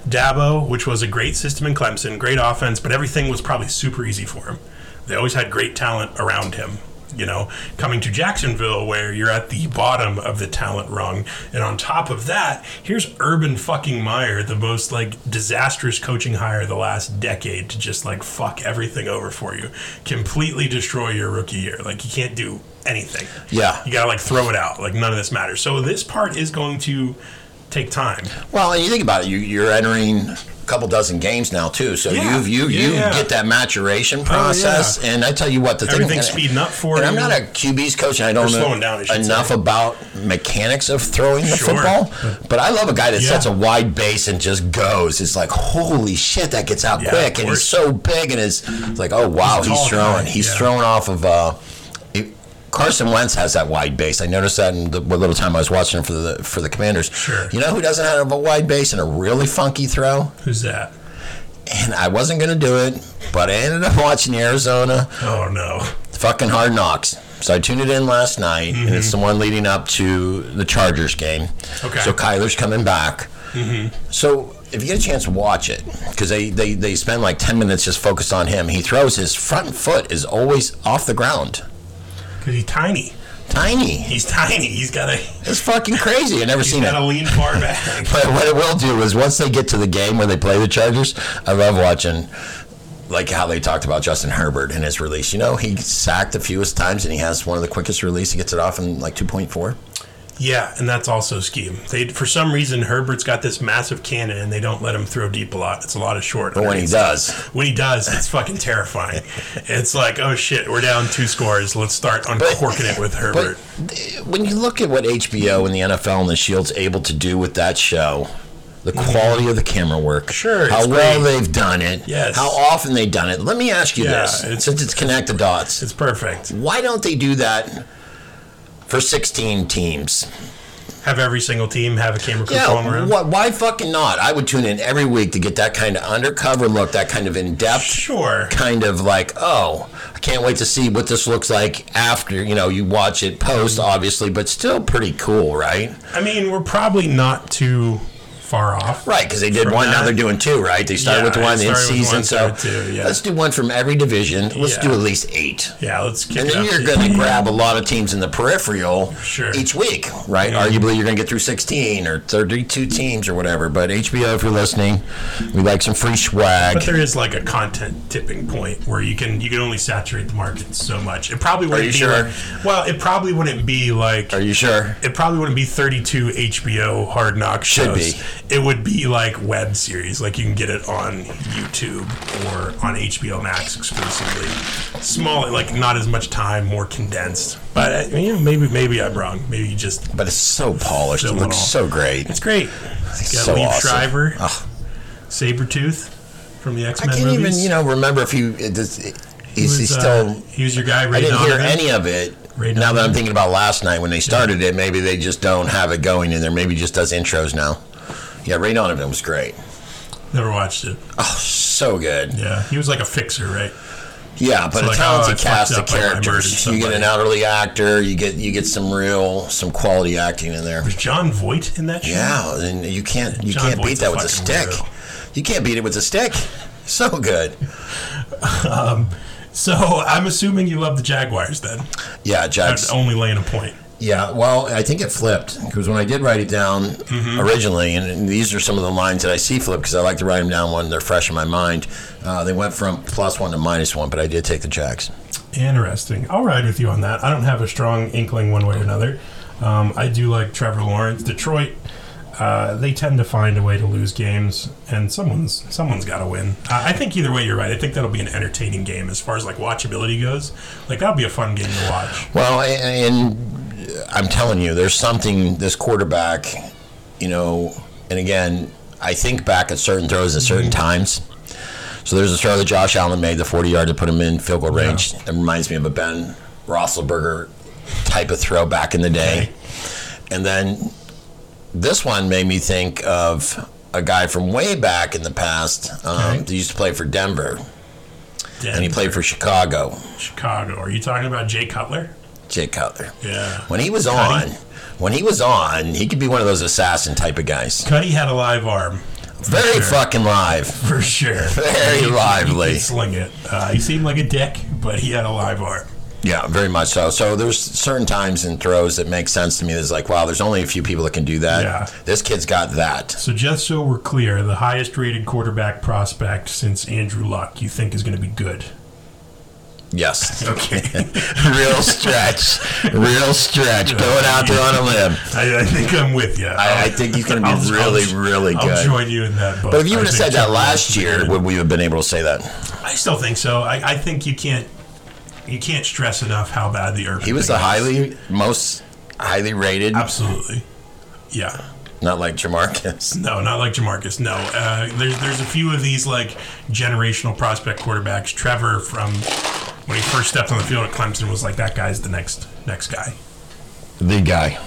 Speaker 1: Dabo, which was a great system in Clemson, great offense, but everything was probably super easy for him. They always had great talent around him. You know, coming to Jacksonville, where you're at the bottom of the talent rung, and on top of that, here's Urban fucking Meyer, the most like disastrous coaching hire the last decade to just like fuck everything over for you, completely destroy your rookie year. Like you can't do anything.
Speaker 2: Yeah.
Speaker 1: you gotta like throw it out. Like none of this matters. So this part is going to take time.
Speaker 2: Well, and you think about it, you, you're entering a couple dozen games now too, so
Speaker 1: Yeah.
Speaker 2: you've you
Speaker 1: Yeah,
Speaker 2: you
Speaker 1: yeah. Oh,
Speaker 2: get that maturation process. And I tell you what, the thing
Speaker 1: Everything's speeding up for
Speaker 2: and I'm
Speaker 1: you.
Speaker 2: not a QB's coach, and I don't
Speaker 1: Or
Speaker 2: know
Speaker 1: slowing down, I should
Speaker 2: enough
Speaker 1: say.
Speaker 2: about mechanics of throwing the
Speaker 1: Sure.
Speaker 2: football. But I love a guy that
Speaker 1: Yeah.
Speaker 2: sets a wide base and just goes. It's like holy shit, that gets out
Speaker 1: Yeah,
Speaker 2: quick,
Speaker 1: of
Speaker 2: and he's
Speaker 1: course.
Speaker 2: so big, and it's, it's like oh wow,
Speaker 1: a
Speaker 2: he's,
Speaker 1: tall
Speaker 2: throwing,
Speaker 1: guy,
Speaker 2: he's
Speaker 1: yeah.
Speaker 2: throwing off of. Uh, it- Carson Wentz has that wide base. I noticed that in the what little time I was watching him for the for the Commanders.
Speaker 1: Sure.
Speaker 2: You know who doesn't have a wide base and a really funky throw?
Speaker 1: Who's that?
Speaker 2: And I wasn't gonna do it, but I ended up watching Arizona
Speaker 1: Oh no.
Speaker 2: fucking Hard Knocks. So I tuned it in last night, and it's the one leading up to the Chargers game.
Speaker 1: Mm-hmm. Okay. Mm-hmm.
Speaker 2: So Kyler's coming back. So if you get a chance, watch it because they, they they spend like ten minutes just focused on him. He throws his front foot is always off the ground,
Speaker 1: Because he's tiny.
Speaker 2: tiny.
Speaker 1: He's tiny. He's got to
Speaker 2: It's fucking crazy. I've never seen it.
Speaker 1: got to lean
Speaker 2: (laughs)
Speaker 1: far back.
Speaker 2: But what it will do is once they get to the game where they play the Chargers, I love watching like how they talked about Justin Herbert and his release. You know, he sacked the fewest times and he has one of the quickest release. He gets it off in like 2.4.
Speaker 1: Yeah, and that's also scheme. They for some reason Herbert's got this massive cannon, and they don't let him throw deep a lot. It's a lot of short.
Speaker 2: But when he does,
Speaker 1: when he does, it's fucking
Speaker 2: (laughs)
Speaker 1: terrifying. It's like, oh shit, we're down two scores. Let's start uncorking it with Herbert.
Speaker 2: But th- when you look at what HBO and the NFL and the Shield's able to do with that show, the quality of the camera work,
Speaker 1: Mm-hmm. Sure,
Speaker 2: how
Speaker 1: it's
Speaker 2: well
Speaker 1: great.
Speaker 2: they've done it,
Speaker 1: Yes.
Speaker 2: how often they've done it. Let me ask you
Speaker 1: Yeah,
Speaker 2: this,
Speaker 1: it's-
Speaker 2: since it's connect the dots.
Speaker 1: it's perfect.
Speaker 2: Why don't they do that for 16 teams?
Speaker 1: Have every single team have a camera crew following
Speaker 2: Yeah,
Speaker 1: around.
Speaker 2: why, why fucking not? I would tune in every week to get that kind of undercover look, that kind of in depth,
Speaker 1: Sure.
Speaker 2: kind of like, oh, I can't wait to see what this looks like after, you know, you watch it post,
Speaker 1: Mm-hmm.
Speaker 2: obviously, but still pretty cool, right?
Speaker 1: I mean, we're probably not too far off.
Speaker 2: Right, because they did
Speaker 1: From
Speaker 2: one, now
Speaker 1: that-
Speaker 2: they're doing two, right? They started
Speaker 1: Yeah,
Speaker 2: with one
Speaker 1: they
Speaker 2: in
Speaker 1: started with
Speaker 2: season,
Speaker 1: one,
Speaker 2: so
Speaker 1: started two, yeah.
Speaker 2: let's do one from every division. Let's
Speaker 1: Yeah.
Speaker 2: do at least eight.
Speaker 1: Yeah, let's kick
Speaker 2: And
Speaker 1: it
Speaker 2: then
Speaker 1: up.
Speaker 2: you're going to grab a lot of teams in the peripheral
Speaker 1: Sure.
Speaker 2: each week, right? Arguably, you're going to get through 16 or 32 teams or whatever. But HBO, if you're listening, we like some free
Speaker 1: But
Speaker 2: swag.
Speaker 1: there is like a content tipping point where you can you can only saturate the market so much. It probably wouldn't
Speaker 2: you
Speaker 1: be
Speaker 2: sure?
Speaker 1: like, well, it probably wouldn't be like
Speaker 2: Are you sure?
Speaker 1: it probably wouldn't be 32 HBO hard knock
Speaker 2: Should
Speaker 1: shows. It would be like web series, like you can get it on YouTube or on HBO Max exclusively. Small, like not as much time, more condensed. But uh, you know, maybe maybe I'm wrong. Maybe you just
Speaker 2: But it's so polished. It
Speaker 1: Fill it
Speaker 2: looks
Speaker 1: all.
Speaker 2: so great.
Speaker 1: it's great. You got
Speaker 2: so
Speaker 1: Leaf
Speaker 2: awesome. Uh,
Speaker 1: Shriver,
Speaker 2: Ugh.
Speaker 1: Sabretooth from the X
Speaker 2: I
Speaker 1: Men
Speaker 2: can't
Speaker 1: movies.
Speaker 2: even, you know, remember if you. It, is
Speaker 1: He
Speaker 2: he's,
Speaker 1: was,
Speaker 2: he's
Speaker 1: uh,
Speaker 2: still.
Speaker 1: he was your guy. Ray
Speaker 2: I didn't hear
Speaker 1: Donovan.
Speaker 2: any of it.
Speaker 1: Ray
Speaker 2: now that I'm
Speaker 1: Donovan.
Speaker 2: thinking about last night when they started it, maybe they just don't have it going in there. Maybe just does intros now. Yeah, Ray Donovan was great.
Speaker 1: Never watched it.
Speaker 2: Oh, so good.
Speaker 1: Yeah, he was like a fixer, right?
Speaker 2: Yeah, but
Speaker 1: So,
Speaker 2: a
Speaker 1: like,
Speaker 2: talented
Speaker 1: oh, I
Speaker 2: cast of
Speaker 1: fucked up, like, I murdered
Speaker 2: characters. You get an
Speaker 1: somebody.
Speaker 2: elderly actor. You get you get some real some quality acting in there.
Speaker 1: Was John Voight in that show?
Speaker 2: Yeah, and you can't you
Speaker 1: John
Speaker 2: can't beat
Speaker 1: Voight's a
Speaker 2: that with
Speaker 1: fucking
Speaker 2: a stick.
Speaker 1: weirdo.
Speaker 2: You can't beat it with a stick. (laughs) So good.
Speaker 1: So I'm assuming you love the Jaguars then.
Speaker 2: Yeah, Jack's.
Speaker 1: That's only laying a point.
Speaker 2: Yeah, well, I think it flipped because when I did write it down
Speaker 1: Mm-hmm.
Speaker 2: originally, and, and these are some of the lines that I see flip because I like to write them down when they're fresh in my mind. Uh, they went from plus one to minus one, but I did take the Jacks.
Speaker 1: Interesting. I'll ride with you on that. I don't have a strong inkling one way or another. Um, I do like Trevor Lawrence. Detroit, uh, they tend to find a way to lose games, and someone's someone's got to win. Uh, I think either way, you're right. I think that'll be an entertaining game as far as like watchability goes. Like that'll be a fun game to watch.
Speaker 2: Well, and, and I'm telling you, there's something this quarterback, you know, and again, I think back at certain throws at certain times. So there's a throw that Josh Allen made, the 40 yard to put him in field goal range. That reminds me of a Ben Roethlisberger type of throw back in the day. And then this one made me think of a guy from way back in the past um,
Speaker 1: Okay.
Speaker 2: that used to play for Denver, and he
Speaker 1: Denver,
Speaker 2: played for Chicago,
Speaker 1: Chicago. Are you talking about Jay Cutler?
Speaker 2: Jay Cutler.
Speaker 1: Yeah.
Speaker 2: When he was
Speaker 1: Cuddy?
Speaker 2: on, when he was on, he could be one of those assassin type of guys.
Speaker 1: Cuddy had a live arm
Speaker 2: Very
Speaker 1: (laughs)
Speaker 2: fucking live.
Speaker 1: for sure. (laughs)
Speaker 2: Very
Speaker 1: He- he- He
Speaker 2: lively.
Speaker 1: could sling it. Uh, he seemed like a dick, but he had a live arm.
Speaker 2: Yeah, very much so. So there's certain times in throws that make sense to me. That's like, wow, there's only a few people that can do that.
Speaker 1: Yeah.
Speaker 2: This kid's got that.
Speaker 1: So just so we're clear, the highest rated quarterback prospect since Andrew Luck, you think is going to be good? (laughs)
Speaker 2: Yes.
Speaker 1: Okay. (laughs)
Speaker 2: Real stretch. Real stretch. Going out there on a limb.
Speaker 1: I, I think I'm with you.
Speaker 2: I, I think he's
Speaker 1: (laughs)
Speaker 2: going to be really, really
Speaker 1: I'll
Speaker 2: good.
Speaker 1: join you in that boat.
Speaker 2: But if you
Speaker 1: I
Speaker 2: would have
Speaker 1: think
Speaker 2: said that
Speaker 1: Chuck
Speaker 2: last
Speaker 1: Wilson-
Speaker 2: year, would we have been able to say that?
Speaker 1: I still think so. I, I think you can't you can't stress enough how bad the Urban.
Speaker 2: He was
Speaker 1: thing
Speaker 2: the
Speaker 1: is.
Speaker 2: highly, most highly rated,
Speaker 1: Absolutely. Yeah.
Speaker 2: not like Jamarcus.
Speaker 1: No, not like Jamarcus. No, uh, there's there's a few of these like generational prospect quarterbacks. Trevor from when he first stepped on the field at Clemson was like that guy's the next next guy.
Speaker 2: The guy.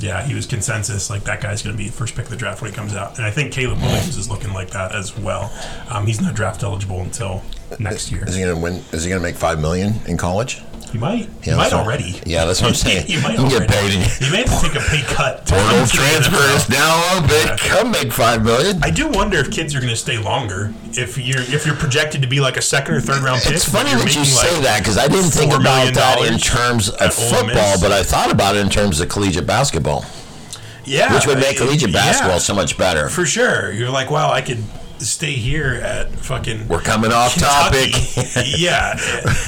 Speaker 1: Yeah, he was consensus like that guy's going to be first pick of the draft when he comes out. And I think Caleb Williams is looking like that as well. Um, he's not draft eligible until next year.
Speaker 2: Is he gonna win? Is he gonna make five million in college?
Speaker 1: He might. He
Speaker 2: Yeah,
Speaker 1: might
Speaker 2: that's what-
Speaker 1: already.
Speaker 2: Yeah,
Speaker 1: (laughs)
Speaker 2: that's what I'm saying.
Speaker 1: He might
Speaker 2: You
Speaker 1: already.
Speaker 2: get paid. in-
Speaker 1: He may have to take a pay cut. (laughs) To
Speaker 2: Portal
Speaker 1: come to the NFL.
Speaker 2: transfers now open. Come make five million.
Speaker 1: I do wonder if kids are going to stay longer if you're if you're projected to be like a second or third round pick.
Speaker 2: It's funny
Speaker 1: you're
Speaker 2: that you
Speaker 1: making, like-
Speaker 2: say that because I didn't think
Speaker 1: $4 million
Speaker 2: about that in
Speaker 1: dollars
Speaker 2: terms of
Speaker 1: at Ole Miss.
Speaker 2: football, but I thought about it in terms of collegiate basketball,
Speaker 1: yeah,
Speaker 2: which would make
Speaker 1: I-
Speaker 2: collegiate
Speaker 1: yeah,
Speaker 2: basketball so much better.
Speaker 1: for sure. You're like, wow, I could stay here at fucking
Speaker 2: We're coming off
Speaker 1: Kentucky.
Speaker 2: topic.
Speaker 1: (laughs)
Speaker 2: (laughs)
Speaker 1: yeah,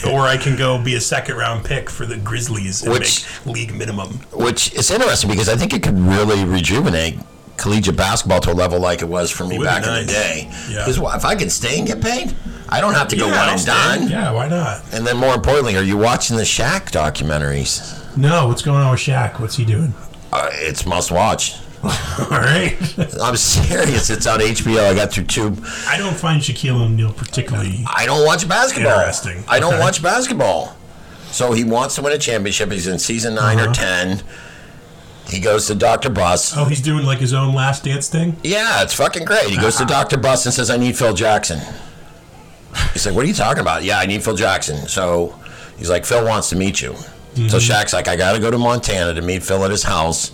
Speaker 1: or I can go be a second round pick for the Grizzlies and
Speaker 2: Which-
Speaker 1: make league minimum.
Speaker 2: which is interesting because I think it could really rejuvenate collegiate basketball to a level like it was for me
Speaker 1: Would be
Speaker 2: back in
Speaker 1: nice.
Speaker 2: the day.
Speaker 1: Yeah.
Speaker 2: Because if I can stay and get paid, I don't have to go
Speaker 1: Yeah,
Speaker 2: one
Speaker 1: I'll
Speaker 2: and
Speaker 1: stay.
Speaker 2: done.
Speaker 1: Yeah, why not?
Speaker 2: And then more importantly, are you watching the Shaq documentaries?
Speaker 1: No, what's going on with Shaq? What's he doing?
Speaker 2: Uh, it's must watch.
Speaker 1: (laughs) All right.
Speaker 2: I'm (laughs) serious. It's on HBO. I got through two.
Speaker 1: (laughs) I don't find Shaquille O'Neal particularly.
Speaker 2: I don't watch basketball.
Speaker 1: Interesting.
Speaker 2: I don't
Speaker 1: Okay.
Speaker 2: watch basketball. So he wants to win a championship. He's in season 9 or ten. He goes to Dr. Buss.
Speaker 1: Uh-huh. Oh, he's doing like his own last dance thing.
Speaker 2: Yeah, it's fucking great. He goes to Dr. Buss and says, I need Phil Jackson. He's like, What are you talking about? Yeah, I need Phil Jackson. So he's like, Phil wants to meet you. So Shaq's like, I got to go to Montana to meet Phil at his house.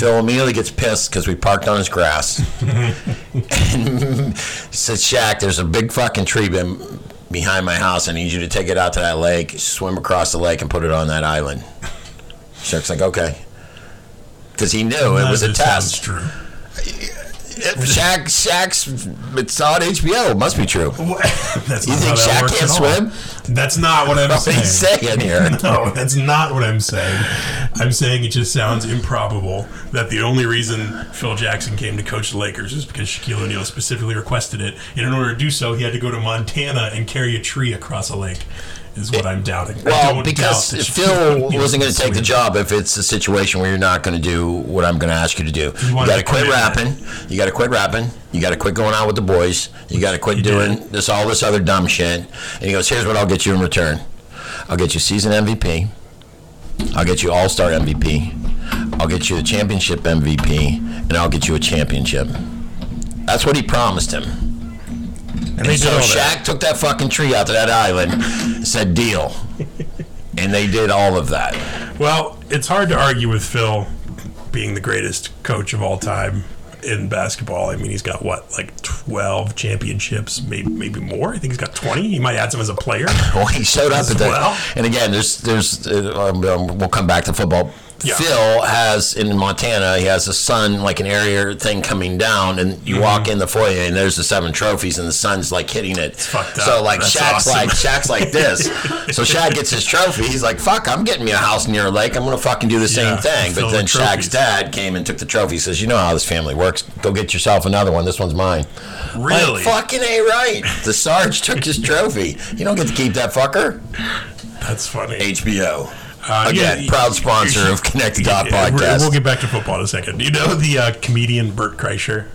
Speaker 2: Phil immediately gets pissed because we parked on his grass. and (laughs) says, Shaq, there's a big fucking tree been behind my house. I need you to take it out to that lake, swim across the lake, and put it on that island. Shaq's like, Okay. Because he knew it
Speaker 1: None
Speaker 2: was
Speaker 1: of
Speaker 2: a
Speaker 1: this sounds
Speaker 2: test.
Speaker 1: True.
Speaker 2: Shaq, Shaq's, it's on HBO. Must be true.
Speaker 1: What? That's
Speaker 2: You
Speaker 1: not
Speaker 2: think
Speaker 1: how that
Speaker 2: Shaq
Speaker 1: works
Speaker 2: can't
Speaker 1: at all. That's not what I'm
Speaker 2: (laughs) What are you
Speaker 1: saying.
Speaker 2: saying here?
Speaker 1: (laughs) No, that's not what I'm saying. I'm saying it just sounds improbable that the only reason Phil Jackson came to coach the Lakers is because Shaquille O'Neal specifically requested it, and in order to do so, he had to go to Montana and carry a tree across a lake. Is what I'm doubting. I
Speaker 2: Well,
Speaker 1: don't
Speaker 2: because
Speaker 1: doubt that Shaquille
Speaker 2: Phil
Speaker 1: O'Neal
Speaker 2: wasn't going
Speaker 1: is
Speaker 2: to take the
Speaker 1: weird.
Speaker 2: job if it's a situation where you're not going to do what I'm going to ask you to do. You
Speaker 1: wanted
Speaker 2: got to
Speaker 1: to
Speaker 2: quit
Speaker 1: commit.
Speaker 2: rapping. You got to quit rapping. You got to quit going out with the boys. You got to quit doing this all this other dumb shit. And he goes, "Here's what I'll get you in return. I'll get you season MVP. I'll get you All Star MVP. I'll get you a championship MVP, and I'll get you a championship." That's what he promised him. And,
Speaker 1: they
Speaker 2: so
Speaker 1: did all
Speaker 2: Shaq
Speaker 1: that.
Speaker 2: took that fucking tree out to that island, said deal. And they did all of that.
Speaker 1: Well, it's hard to argue with Phil being the greatest coach of all time in basketball. I mean, he's got what, like 12 championships, maybe maybe more. I think he's got 20. He might add some as a
Speaker 2: (laughs)
Speaker 1: player.
Speaker 2: Well, he showed up at that.
Speaker 1: Well.
Speaker 2: And again, there's, there's, uh, um, um, we'll come back to football.
Speaker 1: Yeah.
Speaker 2: Phil has in Montana, he has a sun like an area thing coming down, and
Speaker 1: Mm-hmm.
Speaker 2: you walk in the foyer, and there's the seven trophies, and the sun's like hitting it.
Speaker 1: fucked
Speaker 2: So
Speaker 1: up.
Speaker 2: like
Speaker 1: That's
Speaker 2: Shaq's
Speaker 1: awesome.
Speaker 2: like Shaq's
Speaker 1: (laughs)
Speaker 2: like this. so Shaq gets his trophy. He's like, "Fuck, I'm getting me a house near a lake. I'm gonna fucking do the
Speaker 1: Yeah,
Speaker 2: same thing."
Speaker 1: fill
Speaker 2: But then
Speaker 1: with
Speaker 2: Shaq's
Speaker 1: trophies.
Speaker 2: dad came and took the trophy. He says, "You know how this family works. Go get yourself another one. This one's mine." Like,
Speaker 1: Really?
Speaker 2: fucking a right. The Sarge took his trophy. You don't get to keep that fucker.
Speaker 1: That's funny.
Speaker 2: HBO.
Speaker 1: Uh,
Speaker 2: Again,
Speaker 1: yeah,
Speaker 2: proud sponsor of Connect the
Speaker 1: (laughs)
Speaker 2: Dot
Speaker 1: Yeah, we're-
Speaker 2: podcast.
Speaker 1: We'll get back to football in a second. You know the uh, comedian Bert Kreischer?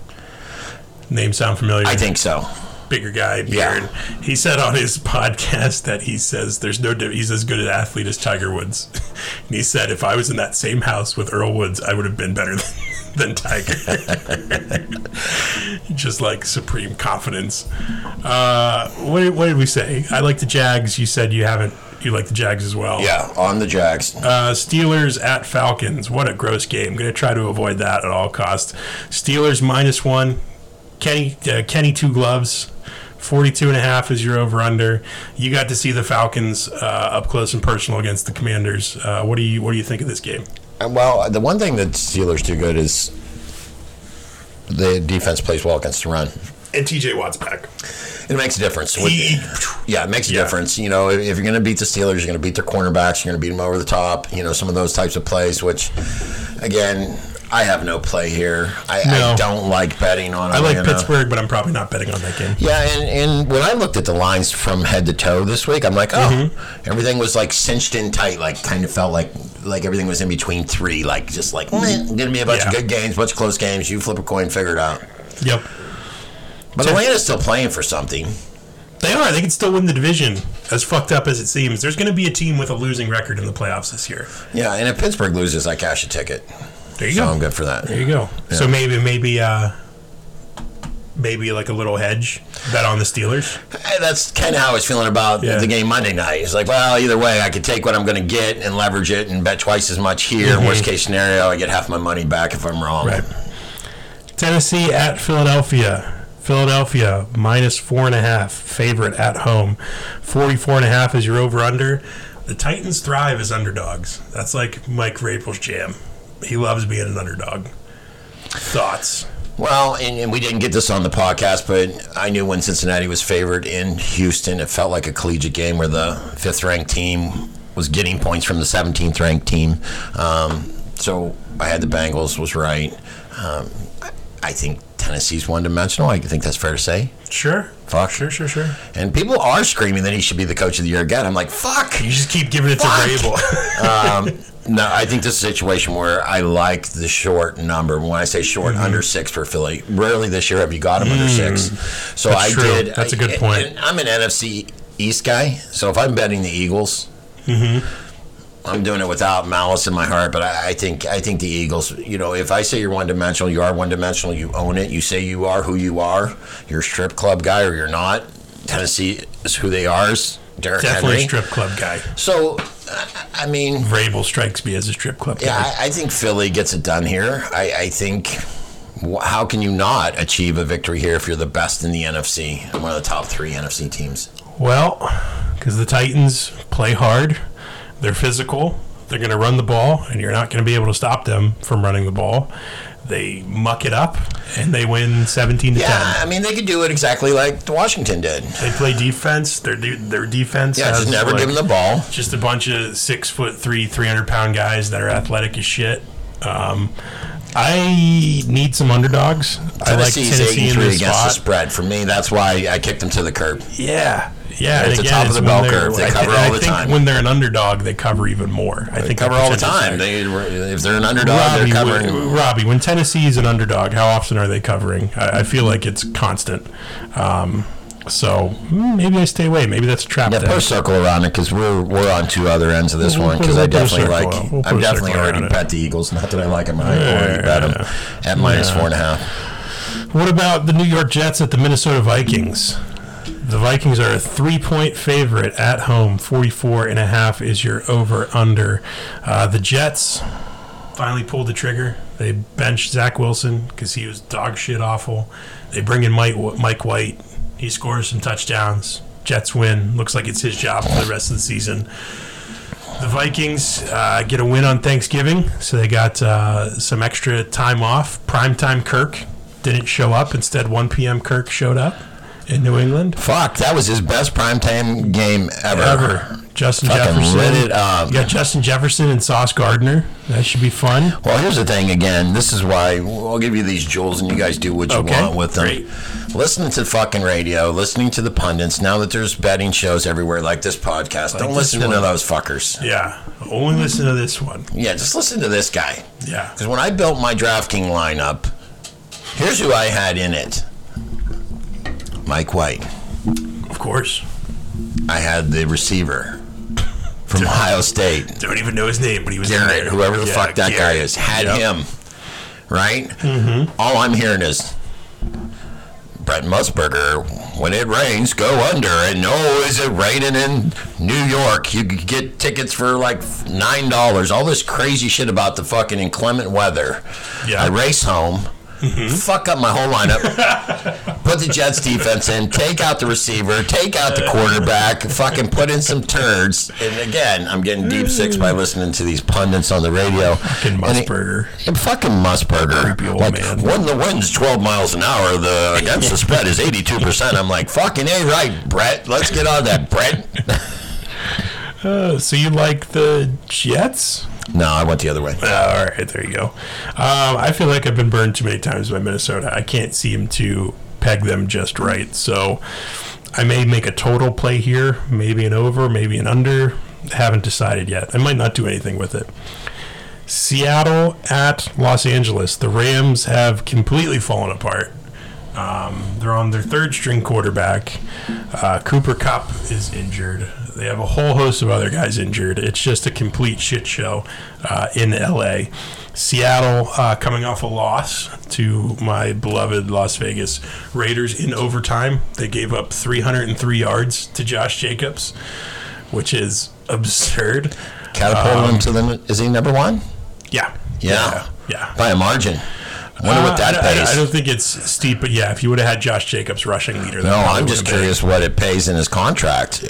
Speaker 1: Name sound familiar?
Speaker 2: I think so.
Speaker 1: bigger guy,
Speaker 2: Yeah.
Speaker 1: beard. He said on his (laughs) podcast that he says there's no diff- he's as good an athlete as Tiger Woods. (laughs) And he said if I was in that same house with Earl Woods, I would have been better (laughs) than, than Tiger. (laughs) Just like supreme confidence. Uh, what, did- what did we say? I like the Jags. You said you haven't. You like the Jags as well.
Speaker 2: Yeah, on the Jags.
Speaker 1: Uh, Steelers at Falcons. What a gross game. Going to try to avoid that at all costs. Steelers minus one. Kenny uh, Kenny two gloves. 42 and a half is your over under. You got to see the Falcons uh, up close and personal against the Commanders. Uh, what do you what do you think of this game?
Speaker 2: And, well, the one thing that Steelers do good is the defense plays well against the run.
Speaker 1: And TJ Watt's back.
Speaker 2: It makes a difference. With-
Speaker 1: He-
Speaker 2: yeah, it makes a
Speaker 1: Yeah.
Speaker 2: difference. You know, if, if you're going to beat the Steelers, you're going to beat their cornerbacks. You're going to beat them over the top. You know, some of those types of plays. Which, again, I have no play here. I, I
Speaker 1: No.
Speaker 2: don't like betting on.
Speaker 1: I like
Speaker 2: Atlanta.
Speaker 1: Pittsburgh, but I'm probably not betting on that game.
Speaker 2: Yeah, and, and when I looked at the lines from head to toe this week, I'm like, oh,
Speaker 1: Mm-hmm.
Speaker 2: everything was like cinched in tight, like kind of felt like like everything was in between three, like just like meh, gonna be a bunch of
Speaker 1: Mm-hmm. Yeah.
Speaker 2: good games, bunch of close games. You flip a coin, figure it out.
Speaker 1: Yep.
Speaker 2: But Atlanta's still playing for something.
Speaker 1: They are. They can still win the division, as fucked up as it seems. There's going to be a team with a losing record in the playoffs this year.
Speaker 2: Yeah, and if Pittsburgh loses, I cash a ticket,
Speaker 1: There you
Speaker 2: so
Speaker 1: go.
Speaker 2: I'm good for that.
Speaker 1: There you go. So maybe maybe uh maybe like a little hedge bet on the Steelers.
Speaker 2: Hey, that's kind of how I was feeling about
Speaker 1: Yeah.
Speaker 2: the game Monday night. It's like, well, either way, I could take what I'm going to get and leverage it and bet twice as much here.
Speaker 1: Mm-hmm.
Speaker 2: Worst case scenario, I get half my money back if I'm wrong.
Speaker 1: Tennessee at Philadelphia. Philadelphia minus four and a half favorite at home. Forty four and a half is your over under. The Titans thrive as underdogs. That's like Mike Rapel's jam. He loves being an underdog. Thoughts.
Speaker 2: Well, and, and we didn't get this on the podcast, but I knew when Cincinnati was favored in Houston, it felt like a collegiate game where the fifth ranked team was getting points from the 17th ranked team. Um, so I had the Bengals, was right. Um, I- I think Tennessee's one dimensional. I think that's fair to say.
Speaker 1: Sure.
Speaker 2: Fuck.
Speaker 1: Sure, sure, sure.
Speaker 2: And people are screaming that he should be the coach of the year again. I'm like, fuck.
Speaker 1: You just keep giving it to
Speaker 2: Fuck. (laughs)
Speaker 1: Rabel.
Speaker 2: um, no, I think this is a situation where I like the short number. When I say short,
Speaker 1: Mm-hmm.
Speaker 2: under six for Philly. Rarely this year have you got them under six. So I
Speaker 1: true.
Speaker 2: did.
Speaker 1: Mm. That's
Speaker 2: a
Speaker 1: a good point.
Speaker 2: I'm an NFC East guy, so if I'm betting the Eagles.
Speaker 1: Mm-hmm.
Speaker 2: I'm doing it without malice in my heart, but I, I think I think the Eagles. You know, if I say you're one dimensional, you are one dimensional. You own it. You say you are who you are. You're a strip club guy or you're not. Tennessee is who they are. is Derrick
Speaker 1: Definitely a
Speaker 2: Henry.
Speaker 1: strip club guy.
Speaker 2: So, I- I mean,
Speaker 1: Rabel strikes me as a strip club guy.
Speaker 2: yeah, I, I think Philly gets it done here. I, I think. wh- How can you not achieve a victory here if you're the best in the NFC and one of the top three NFC teams?
Speaker 1: Well, because the Titans play hard, they're physical, they're going to run the ball, and you're not going to be able to stop them from running the ball. They muck it up, and they win 17 to
Speaker 2: Yeah, I mean they could do it exactly like Washington did.
Speaker 1: 10. They play defense. Their de- their defense
Speaker 2: Yeah, just
Speaker 1: has,
Speaker 2: never
Speaker 1: like,
Speaker 2: give them the ball.
Speaker 1: just a bunch of six foot three, 300 pound guys that are athletic as shit. Um, I need some underdogs. I like
Speaker 2: Tennessee's eight
Speaker 1: Tennessee
Speaker 2: and
Speaker 1: in
Speaker 2: three
Speaker 1: this
Speaker 2: against the
Speaker 1: spot.
Speaker 2: spread. For me, that's why I kicked them to the curb.
Speaker 1: Yeah, yeah.
Speaker 2: They're at
Speaker 1: and
Speaker 2: the top of the
Speaker 1: when
Speaker 2: bell
Speaker 1: they're,
Speaker 2: curve. They
Speaker 1: I thi-
Speaker 2: cover
Speaker 1: and
Speaker 2: all
Speaker 1: I
Speaker 2: the
Speaker 1: think
Speaker 2: time.
Speaker 1: When they're an underdog, they cover even more. I think
Speaker 2: Cover all the
Speaker 1: percentage
Speaker 2: time.
Speaker 1: is-
Speaker 2: They, if they're an underdog,
Speaker 1: Robbie,
Speaker 2: they're
Speaker 1: when-
Speaker 2: covering.
Speaker 1: Robbie, when Tennessee is an underdog, how often are they covering? I, I feel like it's constant. Um, so hmm, maybe I stay away. Maybe that's a trap.
Speaker 2: Yeah,
Speaker 1: then.
Speaker 2: put a circle around it because we're we're on two other ends of this
Speaker 1: We'll
Speaker 2: one
Speaker 1: put-
Speaker 2: because I
Speaker 1: we'll put a
Speaker 2: definitely
Speaker 1: circle
Speaker 2: like
Speaker 1: up. We'll put
Speaker 2: I'm
Speaker 1: a
Speaker 2: definitely
Speaker 1: circle
Speaker 2: already
Speaker 1: around it.
Speaker 2: bet the Eagles. Not that I like them, I already bet them at minus four and a half.
Speaker 1: What about the New York Jets at the Minnesota Vikings? The Vikings are a three point favorite at home. 44 and a half is your over under. Uh, the Jets finally pulled the trigger. They benched Zach Wilson because he was dog shit awful. They bring in Mike, Mike White. He scores some touchdowns. Jets win. Looks like it's his job for the rest of the season. The Vikings uh, get a win on Thanksgiving, so they got uh, some extra time off. Primetime Kirk didn't show up. Instead, 1 p.m. Kirk showed up in New England.
Speaker 2: Fuck, that was his best primetime game ever.
Speaker 1: Ever. Justin
Speaker 2: Fucking
Speaker 1: Jefferson.
Speaker 2: lit it up.
Speaker 1: You got Justin Jefferson and Sauce Gardner. That should be fun.
Speaker 2: Well, here's the thing again. This is why I'll give you these jewels and you guys do what you
Speaker 1: Okay,
Speaker 2: want with them.
Speaker 1: great.
Speaker 2: Listening to fucking radio, listening to the pundits. Now that there's betting shows everywhere like this podcast, don't
Speaker 1: this
Speaker 2: listen to those fuckers.
Speaker 1: Yeah. Only listen to this one.
Speaker 2: Yeah, just listen to this guy.
Speaker 1: Yeah.
Speaker 2: Because when I built my DraftKings lineup, here's who I had in it Mike White.
Speaker 1: Of course.
Speaker 2: I had the receiver
Speaker 1: (laughs)
Speaker 2: from Ohio State.
Speaker 1: Don't even know his name, but he was in
Speaker 2: Garrett,
Speaker 1: there.
Speaker 2: whoever the
Speaker 1: Yeah,
Speaker 2: fuck that guy
Speaker 1: Garrett.
Speaker 2: is, had
Speaker 1: Yep. Mm-hmm.
Speaker 2: him, right? All I'm hearing is Brett Musburger. When it rains, go under. And no, is it raining in New York? You could get tickets for like nine dollars. All this crazy shit about the fucking inclement weather.
Speaker 1: Yeah.
Speaker 2: I race home.
Speaker 1: Mm-hmm.
Speaker 2: Fuck up my whole
Speaker 1: (laughs)
Speaker 2: lineup. put the Jets defense in. Take out the receiver. Take out the quarterback. Fucking put in some turds. And again, I'm getting deep six by listening to these pundits on the radio.
Speaker 1: Mm. Fucking
Speaker 2: And it-
Speaker 1: Musburger.
Speaker 2: and fucking Musburger.
Speaker 1: old
Speaker 2: Like
Speaker 1: man.
Speaker 2: when the wind's twelve miles an
Speaker 1: (laughs)
Speaker 2: hour, the against the spread is eighty two percent. I'm like, fucking A right, Brett. Let's get on that, Brett.
Speaker 1: Uh, so you like the Jets?
Speaker 2: no, I went the other way.
Speaker 1: all right, there you go. Um, I feel like I've been burned too many times by Minnesota. I can't seem to peg them just right. So I may make a total play here, maybe an over, maybe an under. Haven't decided yet. I might not do anything with it. Seattle at Los Angeles. The Rams have completely fallen apart. Um, they're on their third string quarterback. Uh, Cooper Cup is injured. They have a whole host of other guys injured. It's just a complete shit show uh, in LA. Seattle uh, coming off a loss to my beloved Las Vegas Raiders in overtime. They gave up 303 yards to Josh Jacobs, which is absurd.
Speaker 2: Catapulted him to the. Is he number one?
Speaker 1: Yeah.
Speaker 2: Yeah.
Speaker 1: Um, Yeah.
Speaker 2: By a margin. Wonder what that
Speaker 1: Uh, I, I-
Speaker 2: pays.
Speaker 1: I don't think it's steep, but yeah, if you would have had Josh Jacobs rushing leader, that
Speaker 2: no,
Speaker 1: probably
Speaker 2: I'm just
Speaker 1: would've been-
Speaker 2: curious what it pays in his contract.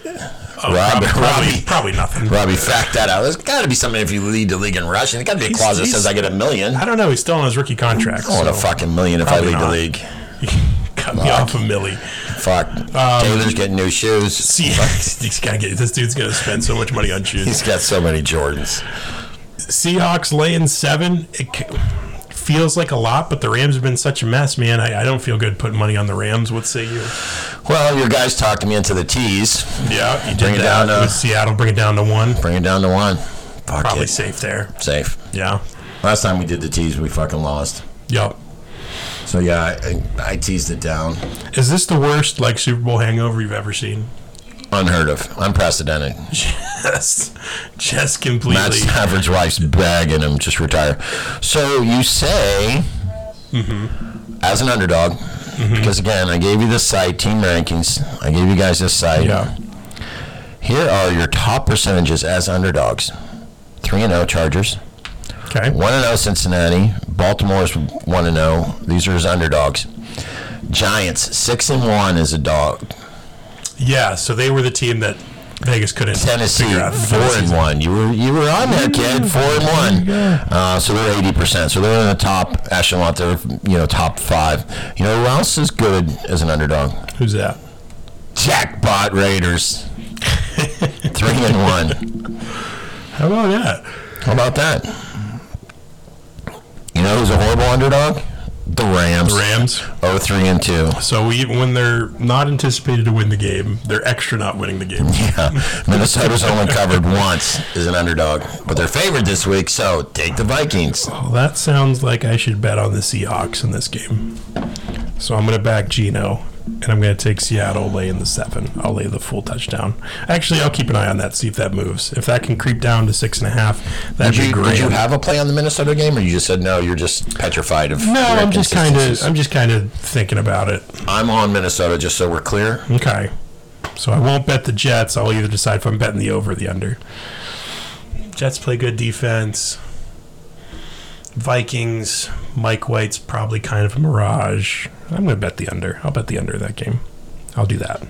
Speaker 1: Oh,
Speaker 2: Rob-
Speaker 1: probably, probably,
Speaker 2: Robbie-
Speaker 1: probably nothing.
Speaker 2: Robbie, fact that out. There's got to be something if you lead the league in rushing. There's got to be a
Speaker 1: He's-
Speaker 2: clause that says
Speaker 1: he's-
Speaker 2: I get a million.
Speaker 1: I
Speaker 2: I
Speaker 1: don't know. He's still on his rookie contract.
Speaker 2: want a
Speaker 1: so (laughs)
Speaker 2: fucking million if I
Speaker 1: probably
Speaker 2: lead the
Speaker 1: not.
Speaker 2: league.
Speaker 1: cut me off a millie.
Speaker 2: Fuck.
Speaker 1: Um,
Speaker 2: Taylor's getting new shoes.
Speaker 1: See, (laughs) he's gotta get, this dude's going to spend so much money on shoes.
Speaker 2: He's got so many Jordans.
Speaker 1: Seahawks laying seven. It c- feels like a lot, but the Rams have been such a mess, man. I, I don't feel good putting money on the Rams. What say you?
Speaker 2: Well, your guys talked me into the tees.
Speaker 1: Yeah, you
Speaker 2: Bring
Speaker 1: did
Speaker 2: it
Speaker 1: that.
Speaker 2: down to-
Speaker 1: with Seattle, bring it down to one.
Speaker 2: Bring it down to one. Fuck
Speaker 1: Probably
Speaker 2: it.
Speaker 1: safe there.
Speaker 2: Safe.
Speaker 1: Yeah.
Speaker 2: Last time we did the tees, we fucking lost.
Speaker 1: Yep.
Speaker 2: So yeah, I, I teased it down.
Speaker 1: Is this the worst like Super Bowl hangover you've ever seen? (laughs)
Speaker 2: Unheard of. Unprecedented.
Speaker 1: Just, just completely.
Speaker 2: Matt Stafford's wife's bagging him. Just retire. So you say, as an underdog, because again, I gave you this site, team rankings. I gave you guys this site.
Speaker 1: yeah.
Speaker 2: Here are your top percentages as underdogs. Three and zero Chargers.
Speaker 1: Okay.
Speaker 2: 1 0 Cincinnati. Baltimore's 1 0. oh. These are his underdogs. Giants, 6 and 1 is a dog.
Speaker 1: Yeah. So they were the team that Vegas couldn't
Speaker 2: Tennessee, 4
Speaker 1: figure out.
Speaker 2: and 1. You were you were on there, kid. 4 and 1. Uh, so they're 80%. So they're in the top echelon. They're, you know, top five. You know who else is good as an underdog?
Speaker 1: Who's that?
Speaker 2: Jackpot Raiders. 3 and 1.
Speaker 1: How about that?
Speaker 2: How about that? You know who's a horrible underdog? The Rams.
Speaker 1: Rams.
Speaker 2: Oh, three and two.
Speaker 1: So we, when they're not anticipated to win the game, they're extra not winning the game.
Speaker 2: Yeah. Minnesota's only covered once as an underdog, but they're favored this week, so take the Vikings.
Speaker 1: Well, that sounds like I should bet on the Seahawks in this game. So I'm going to back Geno, and I'm going to take Seattle laying the seven. I'll lay the full touchdown. Actually, I'll keep an eye on that, see if that moves. If that can creep down to six and a half, that'd
Speaker 2: Did
Speaker 1: be
Speaker 2: you,
Speaker 1: great.
Speaker 2: did you have a play on the Minnesota game, or you just said no? You're just petrified of.
Speaker 1: no,
Speaker 2: their
Speaker 1: I'm just kind of
Speaker 2: inconsistencies?
Speaker 1: I'm just kind of thinking about it.
Speaker 2: I'm on Minnesota, just so we're clear.
Speaker 1: Okay. So I won't bet the Jets. I'll either decide if I'm betting the over or the under. Jets play good defense. Vikings, Mike White's probably kind of a mirage. I'm going to bet the under. I'll bet the under that game. I'll do that.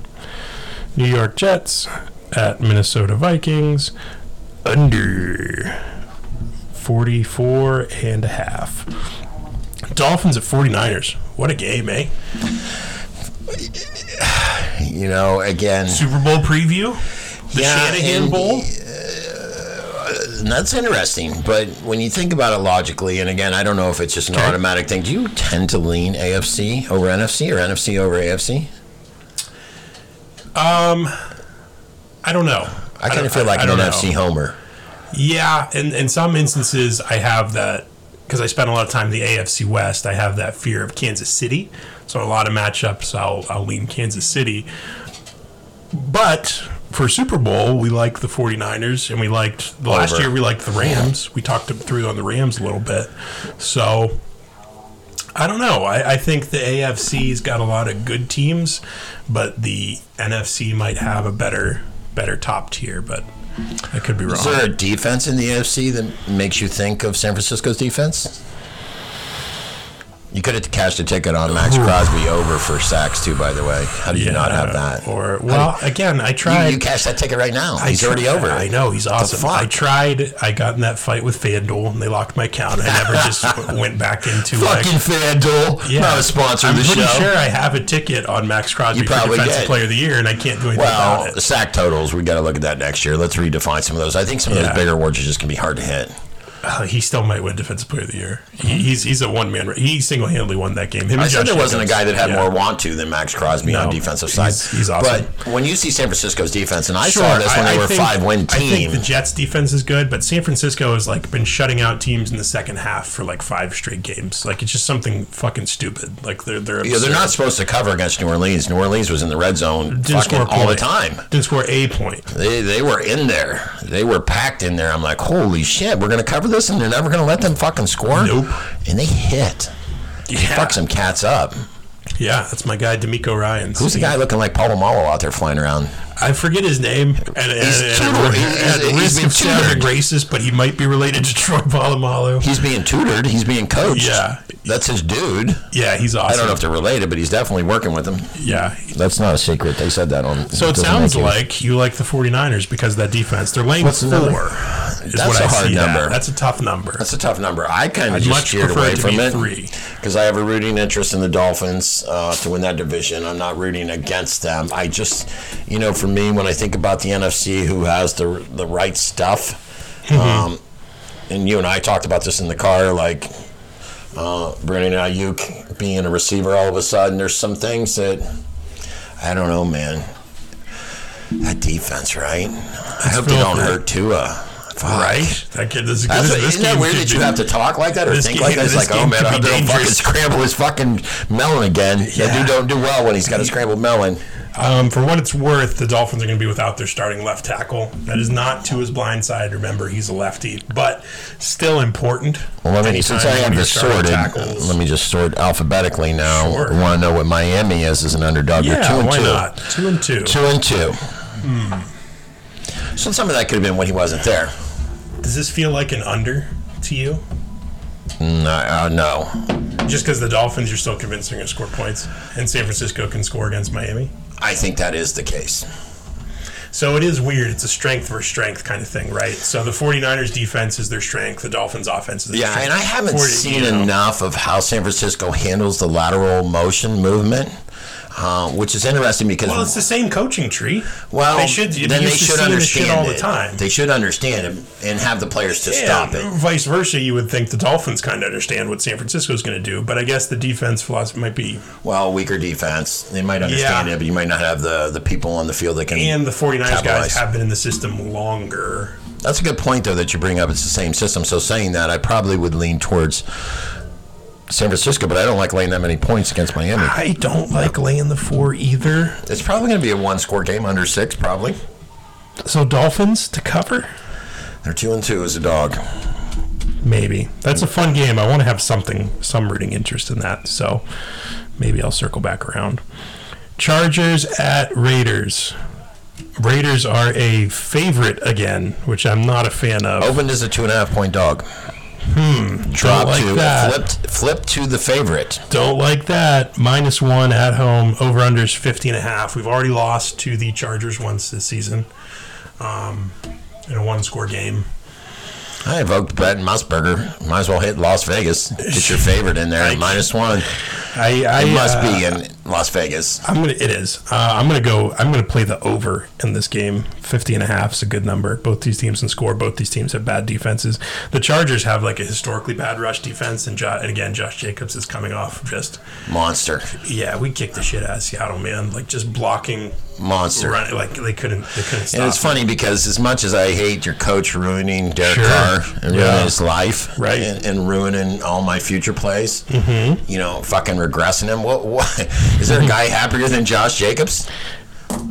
Speaker 1: New York Jets at Minnesota Vikings. under 44 and a half. Dolphins at 49ers. What a game, eh?
Speaker 2: You know, again,
Speaker 1: Super Bowl preview? The
Speaker 2: Yeah,
Speaker 1: Shanahan
Speaker 2: and-
Speaker 1: Bowl?
Speaker 2: that's interesting. But when you think about it logically, and again, I don't know if it's just an automatic thing. Do you tend to lean AFC over NFC or NFC over AFC?
Speaker 1: I don't know.
Speaker 2: I kind
Speaker 1: don't-
Speaker 2: of feel like
Speaker 1: I
Speaker 2: an
Speaker 1: don't know.
Speaker 2: NFC homer.
Speaker 1: Yeah, and in some instances, I have that because I spent a lot of time in the AFC West. I have that fear of Kansas City. So a lot of matchups, I'll I'll lean Kansas City. But for Super Bowl, we liked the 49ers, and we liked the last
Speaker 2: Over.
Speaker 1: year we liked the Rams. We talked through on the Rams a little bit. So I don't know. I, I think the AFC's got a lot of good teams, but the NFC might have a better better top tier. But I could be wrong.
Speaker 2: Is there a defense in the AFC that makes you think of San Francisco's defense? You could have cashed a ticket on Max Crosby over for sacks too. By the way, how did you not have that?
Speaker 1: Uh, Or well, again, I tried.
Speaker 2: you, you cashed that ticket right now.
Speaker 1: I
Speaker 2: He's already
Speaker 1: tried-
Speaker 2: over.
Speaker 1: I know he's awesome.
Speaker 2: fuck?
Speaker 1: I tried. I got in that fight with FanDuel, and they locked my account. I never
Speaker 2: (laughs)
Speaker 1: just w- went back into like.
Speaker 2: Fucking FanDuel,
Speaker 1: Yeah.
Speaker 2: not a sponsor of
Speaker 1: I'm
Speaker 2: the
Speaker 1: pretty
Speaker 2: show.
Speaker 1: sure I have a ticket on Max Crosby
Speaker 2: You
Speaker 1: for
Speaker 2: probably
Speaker 1: Defensive
Speaker 2: did.
Speaker 1: Player of the Year, and I can't do anything
Speaker 2: Well,
Speaker 1: about it.
Speaker 2: sack totals, we got to look at that next year. Let's redefine some of those. I think some of
Speaker 1: Yeah.
Speaker 2: those bigger awards are just going to be hard to hit.
Speaker 1: Uh, he still might win Defensive Player of the Year. He, he's he's a one man. He single handedly won that game. Him
Speaker 2: Mm-hmm. I
Speaker 1: and
Speaker 2: said
Speaker 1: Josh
Speaker 2: there wasn't a
Speaker 1: Jacobs.
Speaker 2: guy that had
Speaker 1: Yeah.
Speaker 2: more want to than Max Crosby on
Speaker 1: No,
Speaker 2: defensive side.
Speaker 1: he's- he's awesome.
Speaker 2: But when you see San Francisco's defense, and I saw
Speaker 1: Sure,
Speaker 2: this when
Speaker 1: I-
Speaker 2: they
Speaker 1: I
Speaker 2: were a
Speaker 1: think-
Speaker 2: five win
Speaker 1: I think
Speaker 2: team.
Speaker 1: the Jets defense is good, but San Francisco has like been shutting out teams in the second half for like five straight games. Like it's just something fucking stupid. Like they're they're
Speaker 2: Yeah, they're not supposed to cover against New Orleans. New Orleans was in the red zone fucking
Speaker 1: score a
Speaker 2: all the
Speaker 1: point.
Speaker 2: time.
Speaker 1: didn't score a point.
Speaker 2: They they were in there. They were packed in there. I'm like, holy shit, we're gonna cover this, and they're never gonna let them fucking score.
Speaker 1: Nope.
Speaker 2: And they hit.
Speaker 1: Yeah,
Speaker 2: Fuck some cats up.
Speaker 1: yeah, that's my guy D'Amico Ryan.
Speaker 2: Who's the guy looking like Paul Amalo out there flying around?
Speaker 1: I forget his name. And, and,
Speaker 2: He's
Speaker 1: and-
Speaker 2: tutored. He's-
Speaker 1: at
Speaker 2: he's- he's
Speaker 1: risk
Speaker 2: been
Speaker 1: of sounding
Speaker 2: tutored.
Speaker 1: racist, but he might be related to (laughs) Troy Polamalu.
Speaker 2: He's being tutored. He's being coached.
Speaker 1: Yeah.
Speaker 2: That's his dude.
Speaker 1: Yeah, he's awesome.
Speaker 2: I don't know if they're related, but he's definitely working with them.
Speaker 1: yeah.
Speaker 2: That's not a secret. They said that on.
Speaker 1: So it
Speaker 2: doesn't
Speaker 1: sounds
Speaker 2: make you-
Speaker 1: like you like the 49ers because of that defense. They're laying
Speaker 2: What's the
Speaker 1: four.
Speaker 2: number?
Speaker 1: Is
Speaker 2: That's
Speaker 1: what
Speaker 2: a
Speaker 1: I
Speaker 2: hard
Speaker 1: see that.
Speaker 2: number.
Speaker 1: That's a tough number.
Speaker 2: that's a tough number. I kind of
Speaker 1: I'd
Speaker 2: just
Speaker 1: much
Speaker 2: steered
Speaker 1: prefer
Speaker 2: away
Speaker 1: it to
Speaker 2: from
Speaker 1: be
Speaker 2: it
Speaker 1: three.
Speaker 2: because I have a rooting interest in the Dolphins uh, to win that division. I'm not rooting against them. I just, you know, for me, when I think about the NFC, who has the the right stuff,
Speaker 1: Mm-hmm.
Speaker 2: um, and you and I talked about this in the car, like uh, Brandon Ayuk being a receiver all of a sudden. There's some things that I don't know, man. That defense, right? I hope they don't
Speaker 1: filthy.
Speaker 2: hurt Tua. Fuck.
Speaker 1: Right? That kid is
Speaker 2: That's
Speaker 1: good.
Speaker 2: what, isn't that weird that you have to talk like that or
Speaker 1: this
Speaker 2: think
Speaker 1: game-
Speaker 2: like that? It's
Speaker 1: this
Speaker 2: like, oh
Speaker 1: game
Speaker 2: man,
Speaker 1: could
Speaker 2: I
Speaker 1: be
Speaker 2: hope they don't fucking
Speaker 1: dangerous.
Speaker 2: scramble his fucking melon again. That
Speaker 1: Yeah.
Speaker 2: dude don't do well when he's got a scrambled melon.
Speaker 1: Um, for what it's worth, the Dolphins are going to be without their starting left tackle. That is not to his blind side. Remember, he's a lefty, but still important.
Speaker 2: Well, let me,
Speaker 1: Anytime
Speaker 2: since I
Speaker 1: when
Speaker 2: have
Speaker 1: you're
Speaker 2: this
Speaker 1: starting
Speaker 2: sorted,
Speaker 1: tackles-
Speaker 2: let me just sort alphabetically now.
Speaker 1: Sure.
Speaker 2: I want to know what Miami is as an underdog. They're
Speaker 1: yeah,
Speaker 2: two and
Speaker 1: why
Speaker 2: two.
Speaker 1: not? Two and two.
Speaker 2: Two and two. Hmm. So some of that could have been when he wasn't there.
Speaker 1: Does this feel like an under to you?
Speaker 2: No, uh, no.
Speaker 1: Just because the Dolphins, you're still convinced they're going to score points, and San Francisco can score against Miami.
Speaker 2: I think that is the case.
Speaker 1: So it is weird. It's a strength versus strength kind of thing, right? So the 49ers defense is their strength. The Dolphins offense is their
Speaker 2: Yeah,
Speaker 1: strength.
Speaker 2: and I haven't
Speaker 1: 40,
Speaker 2: seen
Speaker 1: you know.
Speaker 2: enough of how San Francisco handles the lateral motion movement, uh, which is interesting because
Speaker 1: Well, it's the same coaching tree.
Speaker 2: Well,
Speaker 1: they should.
Speaker 2: then they should understand
Speaker 1: all the
Speaker 2: it.
Speaker 1: time.
Speaker 2: They should understand it and have the players to
Speaker 1: Yeah,
Speaker 2: stop it.
Speaker 1: Vice versa, you would think the Dolphins kind of understand what San Francisco's going to do, but I guess the defense philosophy might be.
Speaker 2: Well, weaker defense, they might understand
Speaker 1: Yeah.
Speaker 2: it, but you might not have the, the people on the field that can.
Speaker 1: And the 49ers
Speaker 2: Capitalize.
Speaker 1: guys have been in the system longer.
Speaker 2: That's a good point, though, that you bring up. It's the same system. So saying that, I probably would lean towards San Francisco, but I don't like laying that many points against Miami.
Speaker 1: I don't like laying the four either.
Speaker 2: It's probably going to be a one score game under six, probably.
Speaker 1: So Dolphins to cover?
Speaker 2: They're two and two as a dog.
Speaker 1: Maybe. That's a fun game. I want to have something, some rooting interest in that. So maybe I'll circle back around. Chargers at Raiders. Raiders are a favorite again, which I'm not a fan of.
Speaker 2: Opened as a two and a half point dog. Hmm. Drop
Speaker 1: like
Speaker 2: to uh,
Speaker 1: that.
Speaker 2: flipped flipped to the favorite.
Speaker 1: Don't like that. Minus one at home. Over under is 50 and a half. We've already lost to the Chargers once this season. Um, in a one score game.
Speaker 2: I invoked Bet and Musburger. Might as well hit Las Vegas. Get your favorite in there at minus one.
Speaker 1: I, I
Speaker 2: It must
Speaker 1: uh,
Speaker 2: be in Las Vegas.
Speaker 1: I'm gonna. It is. Uh, I'm gonna go. I'm gonna play the over in this game. 50 and a half is a good number. Both these teams can score. Both these teams have bad defenses. The Chargers have like a historically bad rush defense, and, jo- and again, Josh Jacobs is coming off just.
Speaker 2: Monster.
Speaker 1: Yeah, we kicked the shit out of Seattle, man. Like just blocking,
Speaker 2: Monster.
Speaker 1: run, like they couldn't. They couldn't stop.
Speaker 2: And it's funny because as much as I hate your coach ruining Derek
Speaker 1: Sure.
Speaker 2: Carr and ruining
Speaker 1: Yeah.
Speaker 2: his life,
Speaker 1: Right. Mm-hmm.
Speaker 2: and, and ruining all my future plays, you know, fucking regressing him. What? (laughs) What? Is there a guy happier than Josh Jacobs?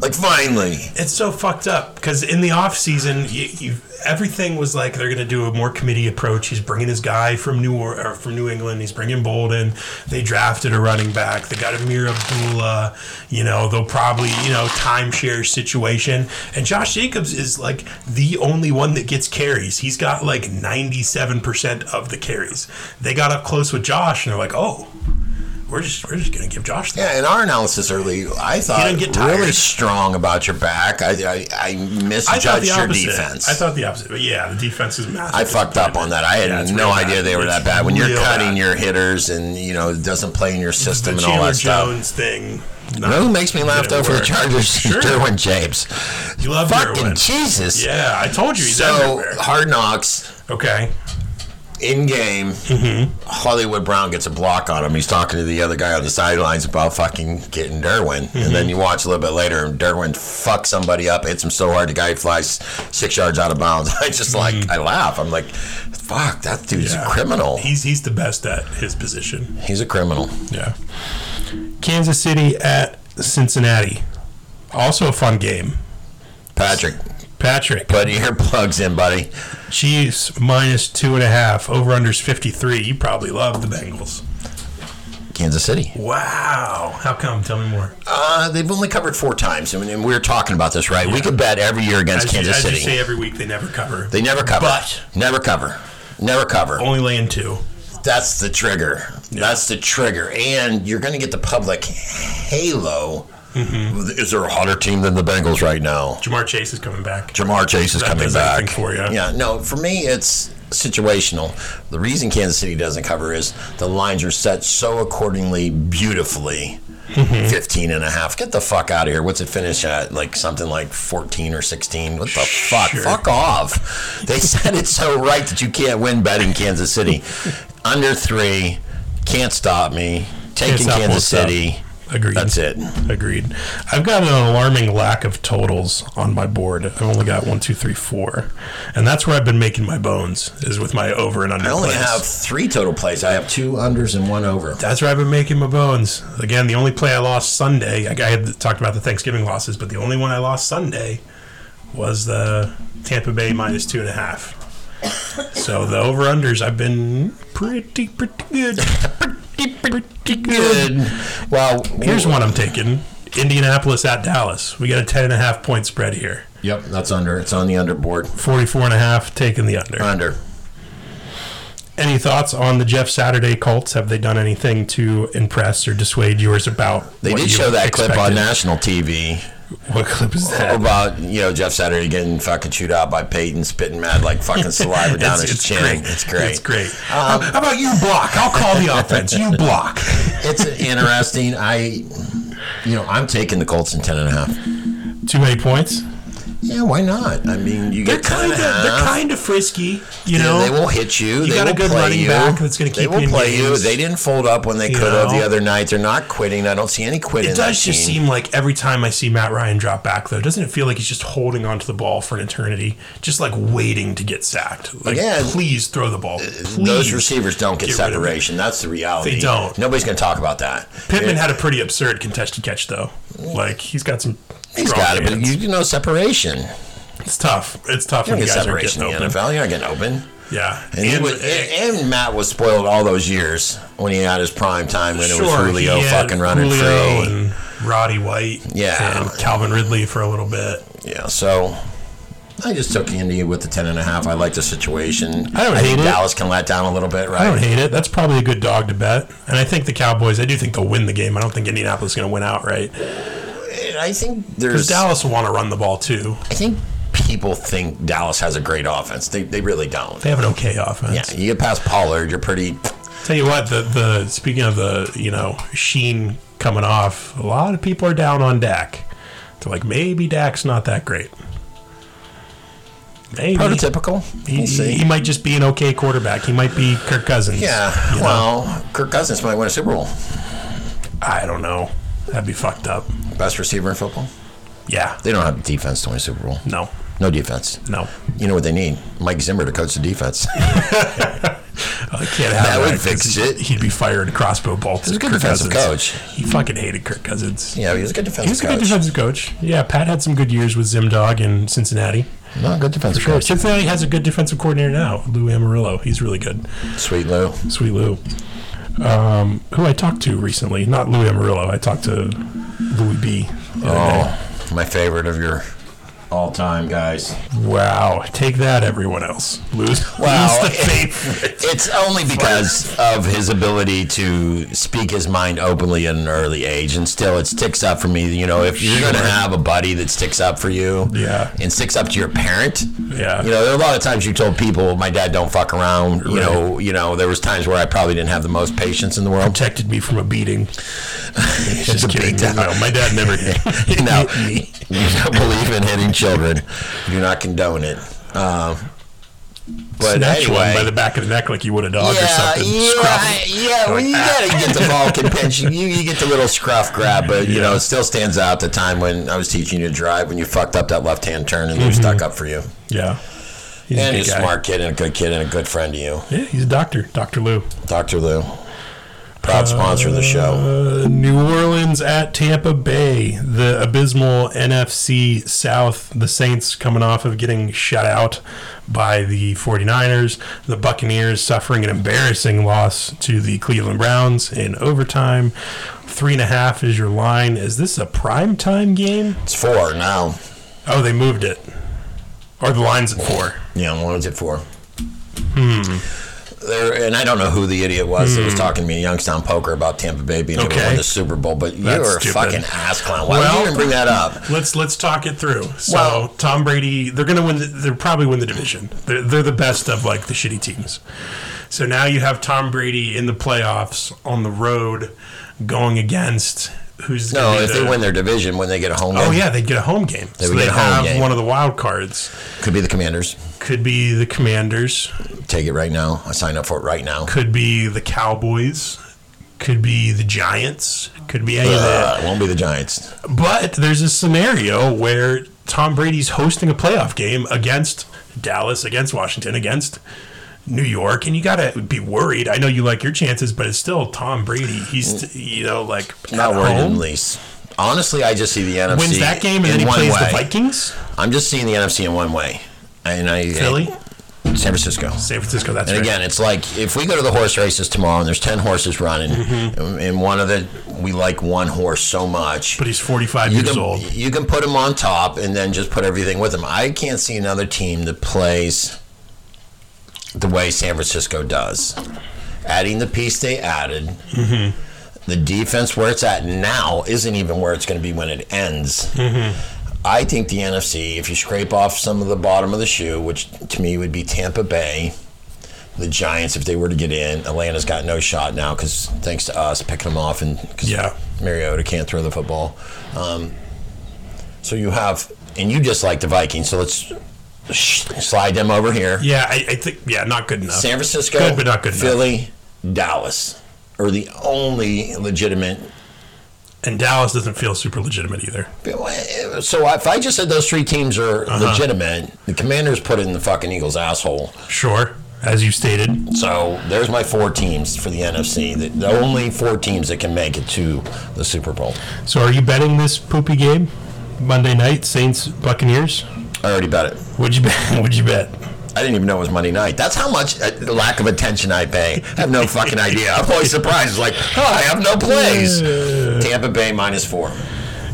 Speaker 2: Like finally,
Speaker 1: it's so fucked up because in the off season, you, you everything was like they're going to do a more committee approach. He's bringing his guy from New or, or from New England. He's bringing Bolden. They drafted a running back. They got Amir Abdullah. You know they'll probably you know timeshare situation. And Josh Jacobs is like the only one that gets carries. He's got like ninety seven percent of the carries. They got up close with Josh and they're like, oh, we're just we're just going to give Josh. That.
Speaker 2: yeah. In our analysis early, I thought
Speaker 1: didn't get tired.
Speaker 2: really strong about your back. I I, I misjudged your defense.
Speaker 1: I thought the opposite. But yeah, the defense is massive.
Speaker 2: I fucked up on that. I had
Speaker 1: Yeah, it's
Speaker 2: no
Speaker 1: real
Speaker 2: idea
Speaker 1: bad.
Speaker 2: they were that
Speaker 1: It's
Speaker 2: bad. When you're
Speaker 1: real
Speaker 2: cutting
Speaker 1: bad.
Speaker 2: your hitters and you know it doesn't play in your system
Speaker 1: the
Speaker 2: and all
Speaker 1: Chandler
Speaker 2: that stuff.
Speaker 1: Jones thing.
Speaker 2: You know who makes me laugh
Speaker 1: Didn't
Speaker 2: though for the
Speaker 1: work.
Speaker 2: Chargers?
Speaker 1: Sure.
Speaker 2: Derwin James.
Speaker 1: You love
Speaker 2: Fucking
Speaker 1: Derwin.
Speaker 2: Jesus.
Speaker 1: Yeah, I told you he's
Speaker 2: So
Speaker 1: everywhere.
Speaker 2: hard knocks
Speaker 1: Okay.
Speaker 2: in game. Hollywood Brown gets a block on him. He's talking to the other guy on the sidelines about fucking getting Derwin, and then you watch a little bit later, and Derwin fucks somebody up, hits him so hard the guy flies six yards out of bounds. (laughs) I just like I laugh. I'm like, fuck, that dude's
Speaker 1: Yeah.
Speaker 2: a criminal.
Speaker 1: He's he's the best at his position.
Speaker 2: He's a criminal.
Speaker 1: Yeah. Kansas City at Cincinnati. Also a fun game.
Speaker 2: Patrick,
Speaker 1: Patrick.
Speaker 2: put earplugs in, buddy.
Speaker 1: Chiefs minus two and a half. Over unders fifty three. You probably love the Bengals.
Speaker 2: Kansas City.
Speaker 1: Wow. How come? Tell me more.
Speaker 2: Uh, they've only covered four times, and, and we were talking about this, right? We could bet every year against
Speaker 1: As, you,
Speaker 2: Kansas
Speaker 1: as you
Speaker 2: City.
Speaker 1: say every week, they never cover.
Speaker 2: They never cover.
Speaker 1: But-
Speaker 2: never cover. Never cover.
Speaker 1: only laying two.
Speaker 2: That's the trigger. That's the trigger. And you're going to get the public halo. Is there a hotter team than the Bengals right now?
Speaker 1: Jamar Chase is coming back.
Speaker 2: Jamar Chase is
Speaker 1: That
Speaker 2: coming
Speaker 1: does anything
Speaker 2: back.
Speaker 1: for ya.
Speaker 2: Yeah, no, for me, it's situational. The reason Kansas City doesn't cover is the lines are set so accordingly beautifully.
Speaker 1: Mm-hmm.
Speaker 2: 15 and a half. Get the fuck out of here. What's it finish at? Like something like 14 or 16? What the fuck?
Speaker 1: Sure.
Speaker 2: Fuck off. They (laughs) said it so right that you can't win betting Kansas City. Under three. Can't stop me. Taking
Speaker 1: stop, won't
Speaker 2: Kansas
Speaker 1: stop.
Speaker 2: City.
Speaker 1: Agreed.
Speaker 2: That's it.
Speaker 1: Agreed. I've got an alarming lack of totals on my board. I've only got one, two, three, four, and that's where I've been making my bones is with my over and under.
Speaker 2: I only
Speaker 1: plays.
Speaker 2: have three total plays. I have two unders and one over.
Speaker 1: That's where I've been making my bones. Again, the only play I lost Sunday. I I had talked about the Thanksgiving losses, but the only one I lost Sunday was the Tampa Bay minus two and a half. So the over unders I've been pretty pretty
Speaker 2: (laughs)
Speaker 1: good. pretty pretty good.
Speaker 2: Good. Well,
Speaker 1: Here's one I'm taking. Indianapolis at Dallas. We got a 10 and a half point spread here.
Speaker 2: Yep, that's under. It's on the underboard.
Speaker 1: 44 and a half taking the under.
Speaker 2: Under.
Speaker 1: Any thoughts on the Jeff Saturday Colts? Have they done anything to impress or dissuade yours about
Speaker 2: They
Speaker 1: what
Speaker 2: did
Speaker 1: you
Speaker 2: show that clip on
Speaker 1: expected?
Speaker 2: national TV
Speaker 1: What clip is that?
Speaker 2: about you know Jeff Saturday getting fucking chewed out by Peyton, spitting mad like
Speaker 1: (laughs)
Speaker 2: fucking saliva down his chin. It's great. Um,
Speaker 1: It's great. How about you block? I'll call the offense. You
Speaker 2: (laughs)
Speaker 1: block.
Speaker 2: It's interesting. I, you know, I'm taking the Colts in ten and a half.
Speaker 1: Too many points.
Speaker 2: Yeah, why not? I mean, you
Speaker 1: They're
Speaker 2: get ten
Speaker 1: kind
Speaker 2: and a
Speaker 1: of they're
Speaker 2: half.
Speaker 1: kind of frisky. You
Speaker 2: Yeah,
Speaker 1: know,
Speaker 2: they will hit you. they
Speaker 1: got a
Speaker 2: will
Speaker 1: good
Speaker 2: play
Speaker 1: running
Speaker 2: you.
Speaker 1: back that's gonna
Speaker 2: They
Speaker 1: keep
Speaker 2: will
Speaker 1: you in
Speaker 2: play you.
Speaker 1: games.
Speaker 2: They didn't fold up when they
Speaker 1: You
Speaker 2: could have the
Speaker 1: know?
Speaker 2: other night. They're not quitting. I don't see any quitting.
Speaker 1: It
Speaker 2: in that
Speaker 1: does just
Speaker 2: team.
Speaker 1: seem like every time I see Matt Ryan drop back, though, doesn't it feel like he's just holding onto the ball for an eternity, just like waiting to get sacked? Like,
Speaker 2: Again,
Speaker 1: please throw the ball. Please.
Speaker 2: Uh, Those receivers don't get,
Speaker 1: get rid of it.
Speaker 2: separation. That's the reality.
Speaker 1: They don't.
Speaker 2: Nobody's going to talk about that.
Speaker 1: Pittman had a pretty absurd contested catch, though. Like he's got some.
Speaker 2: He's
Speaker 1: strong
Speaker 2: got it, but
Speaker 1: hands.
Speaker 2: you, you know separation. You
Speaker 1: It's tough. It's tough when
Speaker 2: don't
Speaker 1: you
Speaker 2: get
Speaker 1: guys are
Speaker 2: separation
Speaker 1: getting
Speaker 2: in the
Speaker 1: open.
Speaker 2: NFL. You're not getting open.
Speaker 1: Yeah,
Speaker 2: And, he was, and, and Matt was spoiled all those years when he had his prime time when it was Julio
Speaker 1: he had
Speaker 2: fucking running
Speaker 1: Julio
Speaker 2: free.
Speaker 1: and Roddy White.
Speaker 2: Yeah.
Speaker 1: and Calvin Ridley for a little bit.
Speaker 2: yeah, so I just took Indy with the ten and a half. I like the situation.
Speaker 1: I don't
Speaker 2: think
Speaker 1: hate it.
Speaker 2: Dallas can let down a little bit,
Speaker 1: I don't
Speaker 2: right?
Speaker 1: hate it. That's probably a good dog to bet. And I think the Cowboys. I do think they'll win the game. I don't think Indianapolis is going to win outright.
Speaker 2: I, think
Speaker 1: Because
Speaker 2: there's.
Speaker 1: Dallas will want to run the ball too.
Speaker 2: I think. people think Dallas has a great offense. They, they really don't.
Speaker 1: They have an okay offense.
Speaker 2: Yeah, you get past Pollard, you're pretty.
Speaker 1: Tell you what, the the speaking of the you know Sheen coming off, a lot of people are down on Dak. They're like, maybe Dak's not that great. Maybe
Speaker 2: Prototypical.
Speaker 1: he,
Speaker 2: We'll
Speaker 1: he,
Speaker 2: see.
Speaker 1: he might just be an okay quarterback. He might be Kirk Cousins.
Speaker 2: yeah.
Speaker 1: you know?
Speaker 2: Well, Kirk Cousins might win a Super Bowl.
Speaker 1: I don't know. That'd be fucked up.
Speaker 2: Best receiver in football.
Speaker 1: Yeah.
Speaker 2: They don't have the defense to win a Super Bowl.
Speaker 1: No.
Speaker 2: No defense.
Speaker 1: No.
Speaker 2: You know what they need? Mike Zimmer to coach the defense. (laughs)
Speaker 1: I can't have
Speaker 2: That
Speaker 1: that.
Speaker 2: would
Speaker 1: 'cause
Speaker 2: fix
Speaker 1: he-
Speaker 2: it.
Speaker 1: He'd be fired crossbow bolt. He's
Speaker 2: a good defensive coach.
Speaker 1: He fucking hated Kirk Cousins.
Speaker 2: yeah, he's a good
Speaker 1: He was
Speaker 2: defensive
Speaker 1: a good
Speaker 2: coach.
Speaker 1: defensive coach. Yeah, Pat had some good years with Zim Dog in Cincinnati.
Speaker 2: no, good defensive
Speaker 1: Sure.
Speaker 2: coach.
Speaker 1: Cincinnati has a good defensive coordinator now, Lou Amarillo. He's really good.
Speaker 2: Sweet Lou.
Speaker 1: Sweet Lou. Um, who I talked to recently, not Lou Amarillo. I talked to Louis B. the other day.
Speaker 2: Oh, my favorite of your all-time guys.
Speaker 1: Wow. Take that, everyone else. Lou's,
Speaker 2: Wow. (laughs)
Speaker 1: Lou's the favorite.
Speaker 2: It's only because of his ability to speak his mind openly at an early age, and still it sticks up for me. You know, if you're going to have a buddy that sticks up for you,
Speaker 1: Yeah.
Speaker 2: and sticks up to your parent,
Speaker 1: Yeah.
Speaker 2: you know, there are a lot of times you told people, "My dad don't fuck around." You know, you know, there was times where I probably didn't have the most patience in the world.
Speaker 1: protected me from a
Speaker 2: (laughs)
Speaker 1: beating. Just
Speaker 2: a
Speaker 1: kidding.
Speaker 2: beatdown.
Speaker 1: No, my dad (laughs)
Speaker 2: (laughs)
Speaker 1: never did. (laughs)
Speaker 2: no, you don't believe in hitting children. You do not condone it. Um, but
Speaker 1: Snatch one
Speaker 2: anyway,
Speaker 1: by the back of the neck like you would a dog or
Speaker 2: yeah,
Speaker 1: something.
Speaker 2: yeah,
Speaker 1: Scruff ah.
Speaker 2: I- yeah. Well, you gotta get the ball contention. You, you get the little scruff grab, but you know, it still stands out the time when I was teaching you to drive when you fucked up that left hand turn and you stuck up for you.
Speaker 1: Yeah. Mm-hmm. He's
Speaker 2: And
Speaker 1: a
Speaker 2: he's
Speaker 1: good
Speaker 2: a
Speaker 1: guy.
Speaker 2: smart kid and a good kid and a good friend to you,
Speaker 1: Yeah, he's a doctor, Dr. Lou.
Speaker 2: Doctor Lou. Proud sponsor of the show.
Speaker 1: Uh, New Orleans at Tampa Bay. The abysmal NFC South. The Saints coming off of getting shut out by the 49ers. The Buccaneers suffering an embarrassing loss to the Cleveland Browns in overtime. Three and a half is your line. Is this a prime time game?
Speaker 2: It's four now.
Speaker 1: Oh, they moved it. Or the line's at four.
Speaker 2: Yeah, what was it for? Hmm. There, and I don't know who the idiot was that was talking to me in Youngstown Poker about Tampa Bay being able to
Speaker 1: Hmm. Okay.
Speaker 2: win the Super Bowl, but you
Speaker 1: That's
Speaker 2: were a
Speaker 1: stupid.
Speaker 2: fucking ass clown. Why would
Speaker 1: Well-
Speaker 2: you even bring that up?
Speaker 1: Let's let's talk it through. So
Speaker 2: Well-
Speaker 1: Tom Brady, they're gonna win. The, they're probably win the division. They're, they're the best of like the shitty teams. So now you have Tom Brady in the playoffs on the road, going against who's
Speaker 2: No,
Speaker 1: gonna be
Speaker 2: if
Speaker 1: the-
Speaker 2: they win their division, when they get a home game,
Speaker 1: Oh yeah, they'd get a home game. so
Speaker 2: would
Speaker 1: they
Speaker 2: get a home
Speaker 1: have
Speaker 2: game.
Speaker 1: one of the wild cards.
Speaker 2: could be the Commanders.
Speaker 1: Could be the Commanders.
Speaker 2: Take it right now. I sign up for it right now.
Speaker 1: Could be the Cowboys. Could be the Giants. Could be any of that.
Speaker 2: Uh, it won't be the Giants.
Speaker 1: But there's a scenario where Tom Brady's hosting a playoff game against Dallas, against Washington, against New York, and you gotta be worried. I know you like your chances, but it's still Tom Brady. He's you know like
Speaker 2: Mm. Not
Speaker 1: at
Speaker 2: worried in
Speaker 1: home.
Speaker 2: the least. Honestly, I just see the NFC
Speaker 1: wins that game and
Speaker 2: in
Speaker 1: then he
Speaker 2: one
Speaker 1: plays
Speaker 2: way.
Speaker 1: the Vikings.
Speaker 2: I'm just seeing the NFC in one way, and I
Speaker 1: Philly,
Speaker 2: San Francisco.
Speaker 1: San Francisco. That's
Speaker 2: And
Speaker 1: right.
Speaker 2: again, it's like if we go to the horse races tomorrow and there's ten horses running, and- and one of the we like one horse so much,
Speaker 1: Mm-hmm. But he's 45
Speaker 2: you
Speaker 1: years
Speaker 2: can
Speaker 1: old.
Speaker 2: you can put him on top and then just put everything with him. I can't see another team that plays the way San Francisco does, adding the piece they added.
Speaker 1: Mm-hmm.
Speaker 2: The defense where it's at now isn't even where it's going to be when it ends.
Speaker 1: Mm-hmm.
Speaker 2: I think the NFC, if you scrape off some of the bottom of the shoe, which to me would be Tampa Bay, the Giants, if they were to get in, Atlanta's got no shot now because thanks to us picking them off and cause
Speaker 1: Yeah.
Speaker 2: Mariota can't throw the football. Um, so you have, and you just like the Vikings, so let's sh- slide them over here.
Speaker 1: Yeah, I, I think yeah, not good enough.
Speaker 2: San Francisco,
Speaker 1: Good, but not good enough.
Speaker 2: Philly, Dallas are the only legitimate
Speaker 1: and Dallas doesn't feel super legitimate either.
Speaker 2: So if I just said those three teams are
Speaker 1: Uh-huh.
Speaker 2: legitimate, the Commanders put it in the fucking Eagles' asshole.
Speaker 1: Sure, as you stated.
Speaker 2: So there's my four teams for the NFC. The, the only four teams that can make it to the Super Bowl.
Speaker 1: So are you betting this poopy game Monday night, Saints Buccaneers?
Speaker 2: I already bet it.
Speaker 1: Would you bet? (laughs) Would you bet?
Speaker 2: I didn't even know it was Monday night. That's how much uh, the lack of attention I pay. I have no fucking idea. I'm always surprised. Like, oh, I have no plays. Tampa Bay minus four.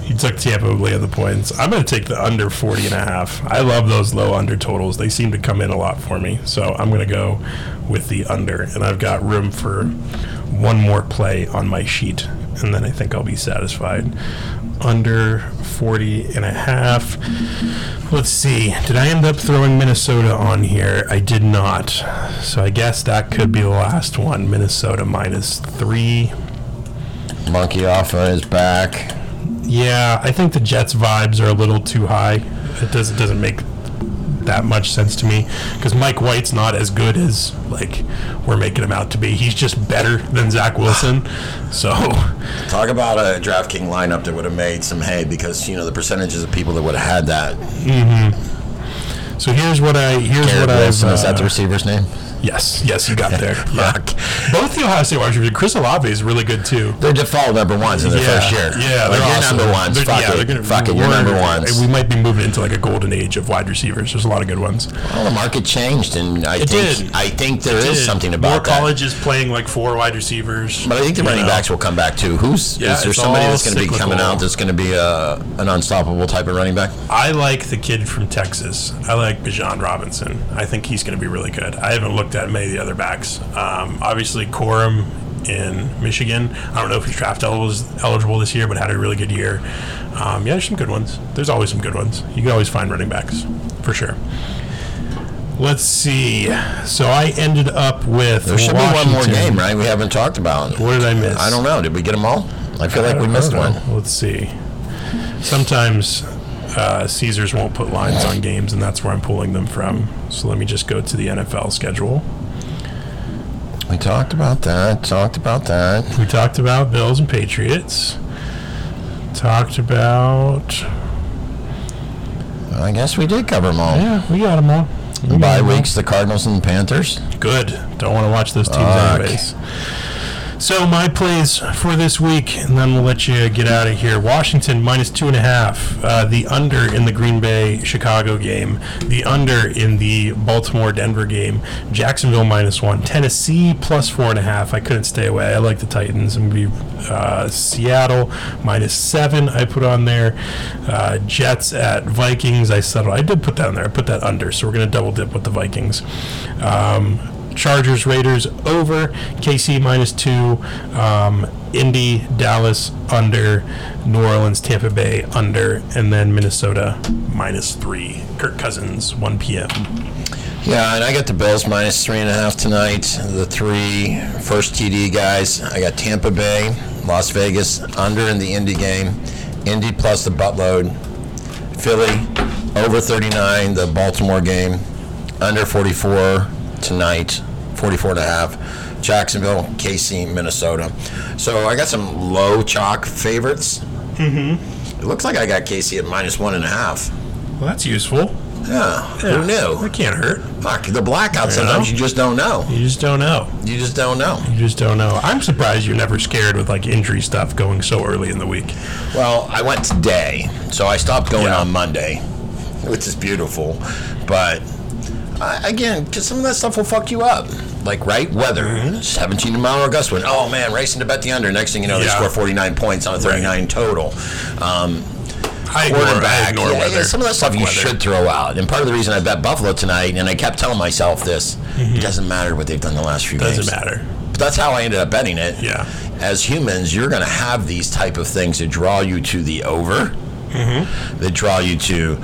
Speaker 1: You took Tampa Bay on the points. I'm going to take the under 40 and a half. I love those low under totals. They seem to come in a lot for me. So I'm going to go with the under. And I've got room for one more play on my sheet. And then I think I'll be satisfied. Under 40 and a half. Let's see. Did I end up throwing Minnesota on here? I did not. So I guess that could be the last one. Minnesota minus three.
Speaker 2: Monkey off on his back.
Speaker 1: Yeah, I think the Jets vibes are a little too high. It does it doesn't make that much sense to me because Mike White's not as good as like we're making him out to be. He's just better than Zach Wilson.
Speaker 2: (sighs)
Speaker 1: So
Speaker 2: Talk about a DraftKings lineup that would have made some hay because you know the percentages of people that would have had that.
Speaker 1: so here's what I here's
Speaker 2: Garrett
Speaker 1: what
Speaker 2: Wilson
Speaker 1: I've
Speaker 2: is that the
Speaker 1: uh,
Speaker 2: receiver's name?
Speaker 1: yes yes you got
Speaker 2: (laughs)
Speaker 1: there. Yeah.
Speaker 2: Fuck.
Speaker 1: Both the Ohio State wide receivers. Chris Olave is really good too.
Speaker 2: They're default number ones in their
Speaker 1: yeah,
Speaker 2: first year.
Speaker 1: Yeah, they're
Speaker 2: like, you're
Speaker 1: awesome.
Speaker 2: number ones.
Speaker 1: They're-
Speaker 2: Fuck
Speaker 1: yeah, they're
Speaker 2: it.
Speaker 1: gonna-
Speaker 2: Fuck it. You're
Speaker 1: we're-
Speaker 2: number ones.
Speaker 1: We might be moving into like a golden age of wide receivers. There's a lot of good ones.
Speaker 2: Well, the market changed, and I think
Speaker 1: did.
Speaker 2: I think there is something about
Speaker 1: more
Speaker 2: that.
Speaker 1: colleges playing like four wide receivers.
Speaker 2: But I think the
Speaker 1: you
Speaker 2: running
Speaker 1: know.
Speaker 2: backs will come back too. Who's
Speaker 1: Yeah,
Speaker 2: is there
Speaker 1: it's
Speaker 2: somebody
Speaker 1: all
Speaker 2: that's going to be coming
Speaker 1: cyclical.
Speaker 2: out that's going to be a, an unstoppable type of running back?
Speaker 1: I like the kid from Texas. I like Bijan Robinson. I think he's going to be really good. I haven't looked at many of the other backs. Um, obviously, Corum in Michigan. I don't know if he's draft eligible, eligible this year, but had a really good year. Um, yeah, there's some good ones. There's always some good ones. You can always find running backs for sure. Let's see. So I ended up with
Speaker 2: There should be one more
Speaker 1: Washington.
Speaker 2: game, right? We haven't talked about.
Speaker 1: What did I miss?
Speaker 2: I don't know. Did we get them all? I feel like we
Speaker 1: I
Speaker 2: missed
Speaker 1: don't
Speaker 2: one.
Speaker 1: know. Let's see. Sometimes uh, Caesars won't put lines on games, and that's where I'm pulling them from. So let me just go to the NFL schedule.
Speaker 2: We talked about that. Talked about that.
Speaker 1: We talked about Bills and Patriots. Talked about
Speaker 2: I guess we did cover them all.
Speaker 1: yeah, we got them all. We got
Speaker 2: Bye
Speaker 1: 'em all.
Speaker 2: weeks, the Cardinals and the Panthers.
Speaker 1: Good. Don't want to watch those teams
Speaker 2: Fuck.
Speaker 1: anyways. So my plays for this week, and then we'll let you get out of here. Washington minus two and a half. Uh, the under in the Green Bay Chicago game. The under in the Baltimore Denver game. Jacksonville minus one. Tennessee plus four and a half. I couldn't stay away. I like the Titans. And we uh, Seattle minus seven. I put on there. Uh, Jets at Vikings. I settled. I did put that on there. I put that under. So we're gonna double dip with the Vikings. Um, Chargers, Raiders over, KC minus two, um, Indy, Dallas under, New Orleans, Tampa Bay under, and then Minnesota minus three. Kirk Cousins, 1 p.m.
Speaker 2: Yeah, and I got the Bills minus three and a half tonight. The three first TD guys. I got Tampa Bay, Las Vegas under in the Indy game, Indy plus the buttload, Philly over 39. The Baltimore game under 44 tonight, 44 and a half. Jacksonville, KC, Minnesota. So I got some low chalk favorites. Mm-hmm. It looks like I got KC at minus one and a half.
Speaker 1: Well, that's useful.
Speaker 2: Yeah, who
Speaker 1: That
Speaker 2: knew?
Speaker 1: can't hurt.
Speaker 2: Fuck, the blackout. Sometimes you just don't know.
Speaker 1: You just don't know.
Speaker 2: You just don't know.
Speaker 1: You just don't know. I'm surprised you're never scared with like injury stuff going so early in the week.
Speaker 2: Well, I went today, so I stopped going
Speaker 1: Yeah.
Speaker 2: on Monday, which is beautiful. But I, again, because some of that stuff will fuck you up. Like, right? Weather.
Speaker 1: Mm-hmm.
Speaker 2: 17 mile an hour gust wind. Oh, man, racing to bet the under. Next thing you know, they
Speaker 1: Yeah.
Speaker 2: score 49 points on a 39 total. Um,
Speaker 1: I ignore, I
Speaker 2: quarterback.
Speaker 1: ignore
Speaker 2: Yeah, yeah,
Speaker 1: weather.
Speaker 2: some of that stuff you
Speaker 1: Weather.
Speaker 2: should throw out. And part of the reason I bet Buffalo tonight, and I kept telling myself this, it doesn't matter what they've done the last few
Speaker 1: Mm-hmm. Doesn't
Speaker 2: games.
Speaker 1: matter.
Speaker 2: But that's how I ended up betting it.
Speaker 1: Yeah.
Speaker 2: As humans, you're going to have these type of things that draw you to the over,
Speaker 1: Mm-hmm.
Speaker 2: that draw you to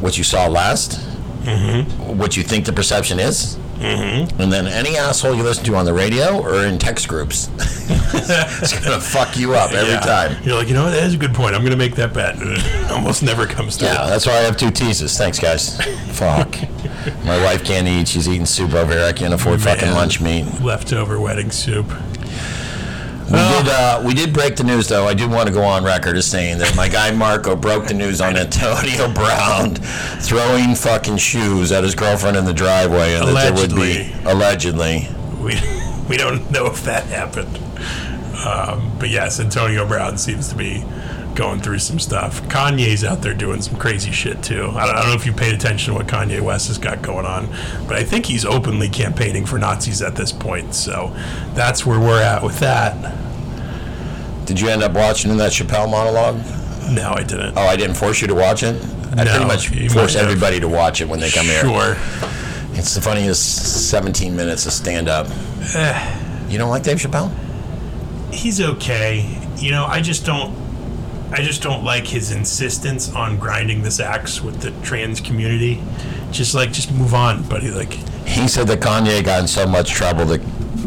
Speaker 2: what you saw last,
Speaker 1: Mm-hmm.
Speaker 2: what you think the perception is, and then any asshole you listen to on the radio or in
Speaker 1: (laughs)
Speaker 2: text groups, it's going to fuck you up every
Speaker 1: Yeah.
Speaker 2: time.
Speaker 1: You're like, you know what? That is a good point. I'm going to make that bet. (laughs) It almost never comes through.
Speaker 2: Yeah, that's why I have two teases. Thanks,
Speaker 1: (laughs)
Speaker 2: guys. Fuck. My wife can't eat. She's eating soup over here. I can't afford fucking
Speaker 1: Man.
Speaker 2: lunch meat.
Speaker 1: Leftover wedding soup.
Speaker 2: We did, uh, we did break the news, though. I do want to go on record as saying that my guy Marco broke the news on Antonio (laughs) Brown throwing fucking shoes at his girlfriend in the driveway, and that there would be allegedly.
Speaker 1: We (laughs) we don't know if that happened. Um, but yes, Antonio Brown seems to be going through some stuff. Kanye's out there doing some crazy shit too. I don't, I don't know if you paid attention to what Kanye West has got going on, but I think he's openly campaigning for Nazis at this point. So that's where we're at with that.
Speaker 2: Did you end up watching that Chappelle monologue?
Speaker 1: No, I didn't.
Speaker 2: Oh, I didn't force you to watch it.
Speaker 1: No,
Speaker 2: I pretty
Speaker 1: you
Speaker 2: much force
Speaker 1: might have.
Speaker 2: everybody to watch it when they come here.
Speaker 1: sure.
Speaker 2: It's the funniest 17 minutes of stand up.
Speaker 1: Eh,
Speaker 2: You don't like Dave Chappelle?
Speaker 1: he's okay. You know, I just don't. I just don't like his insistence on grinding this axe with the trans community. Just like, just move on, buddy. Like,
Speaker 2: He said that Kanye got in so much trouble that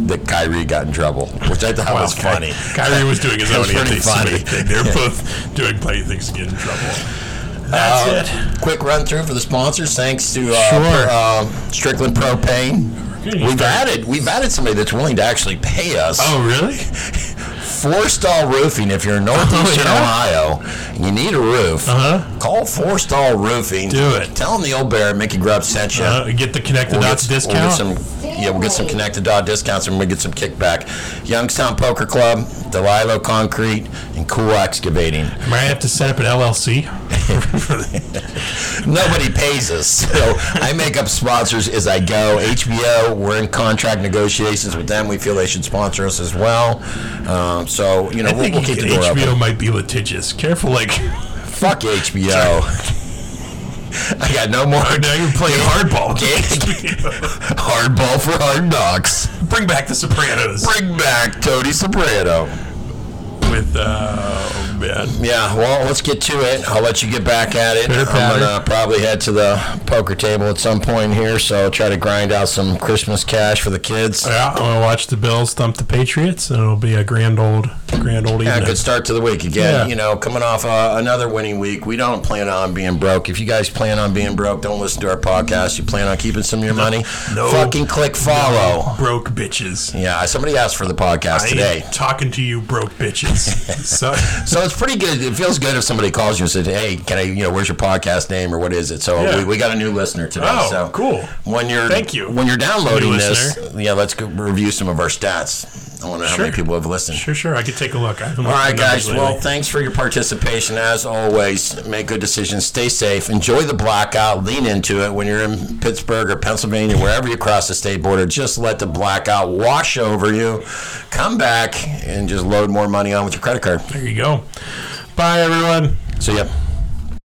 Speaker 2: that Kyrie got in trouble, which I thought was
Speaker 1: Ky-
Speaker 2: funny.
Speaker 1: Kyrie was doing his
Speaker 2: That
Speaker 1: own
Speaker 2: was pretty
Speaker 1: anti Semitic
Speaker 2: funny.
Speaker 1: thing.
Speaker 2: (laughs)
Speaker 1: They're both doing plenty of things to get in trouble. That's it.
Speaker 2: Quick run through for the sponsors. Thanks to uh,
Speaker 1: Sure.
Speaker 2: per- uh, Strickland Propane.
Speaker 1: Good, you
Speaker 2: We've
Speaker 1: start-
Speaker 2: added we've added somebody that's willing to actually pay us.
Speaker 1: Oh, really?
Speaker 2: Four Stall Roofing. If you're in northeastern
Speaker 1: yeah?
Speaker 2: Ohio and you need a roof,
Speaker 1: Uh-huh.
Speaker 2: call Four Stall Roofing.
Speaker 1: Do it.
Speaker 2: Tell them the old bear Mickey Grubb sent you.
Speaker 1: Uh, get the connect the
Speaker 2: We'll
Speaker 1: dots
Speaker 2: get-
Speaker 1: discount.
Speaker 2: We'll get some, yeah, we'll get some connected dot discounts and we'll get some kickback. Youngstown Poker Club, Delilo Concrete, and Cool Excavating.
Speaker 1: Might have to set up an
Speaker 2: (laughs)
Speaker 1: LLC.
Speaker 2: Nobody pays us, (laughs) so I make up sponsors as I go. HBO, we're in contract negotiations with them. We feel they should sponsor us as well. Um, so you know,
Speaker 1: I
Speaker 2: we'll,
Speaker 1: think
Speaker 2: we'll keep the door
Speaker 1: HBO
Speaker 2: open.
Speaker 1: might be litigious. Careful, like (laughs)
Speaker 2: Fuck HBO. (laughs) I got no more
Speaker 1: now you're playing
Speaker 2: (laughs)
Speaker 1: hardball. (laughs)
Speaker 2: hardball for hard knocks.
Speaker 1: Bring back the Sopranos
Speaker 2: Bring back Tony Soprano.
Speaker 1: with uh, oh man.
Speaker 2: Yeah, well, let's get to it. I'll let you get back at it.
Speaker 1: Better for
Speaker 2: I'm
Speaker 1: later.
Speaker 2: gonna probably head to the poker table at some point here, so try to grind out some Christmas cash for the kids.
Speaker 1: Yeah, I'm gonna watch the Bills thump the Patriots, and it'll be a grand old, grand old
Speaker 2: Yeah,
Speaker 1: evening.
Speaker 2: good start to the week again.
Speaker 1: Yeah.
Speaker 2: You know, coming off uh, another winning week, we don't plan on being broke. If you guys plan on being broke, don't listen to our podcast. You plan on keeping some of your money,
Speaker 1: No.
Speaker 2: fucking click follow.
Speaker 1: broke bitches.
Speaker 2: Yeah, somebody asked for the podcast
Speaker 1: I
Speaker 2: today.
Speaker 1: am talking to you, broke bitches.
Speaker 2: (laughs)
Speaker 1: so,
Speaker 2: So it's pretty good. It feels good if somebody calls you and says, "Hey, can I? You know, where's your podcast name or what is it?" So
Speaker 1: Yeah.
Speaker 2: we, we got a new listener today.
Speaker 1: Oh,
Speaker 2: so
Speaker 1: cool.
Speaker 2: When you're
Speaker 1: Thank you.
Speaker 2: when you're downloading
Speaker 1: New
Speaker 2: this, yeah, let's go review some of our stats. I want to know how
Speaker 1: Sure.
Speaker 2: many people have listened.
Speaker 1: sure, sure, I could take a look. I haven't
Speaker 2: All right,
Speaker 1: looked at the
Speaker 2: guys.
Speaker 1: numbers
Speaker 2: Well,
Speaker 1: lately.
Speaker 2: thanks for your participation. As always, make good decisions. Stay safe. Enjoy the blackout. Lean into it when you're in Pittsburgh or Pennsylvania, wherever you cross the state border. Just let the blackout wash over you. Come back and just load more money on with your credit card.
Speaker 1: there you go. Bye, everyone.
Speaker 2: So, yeah.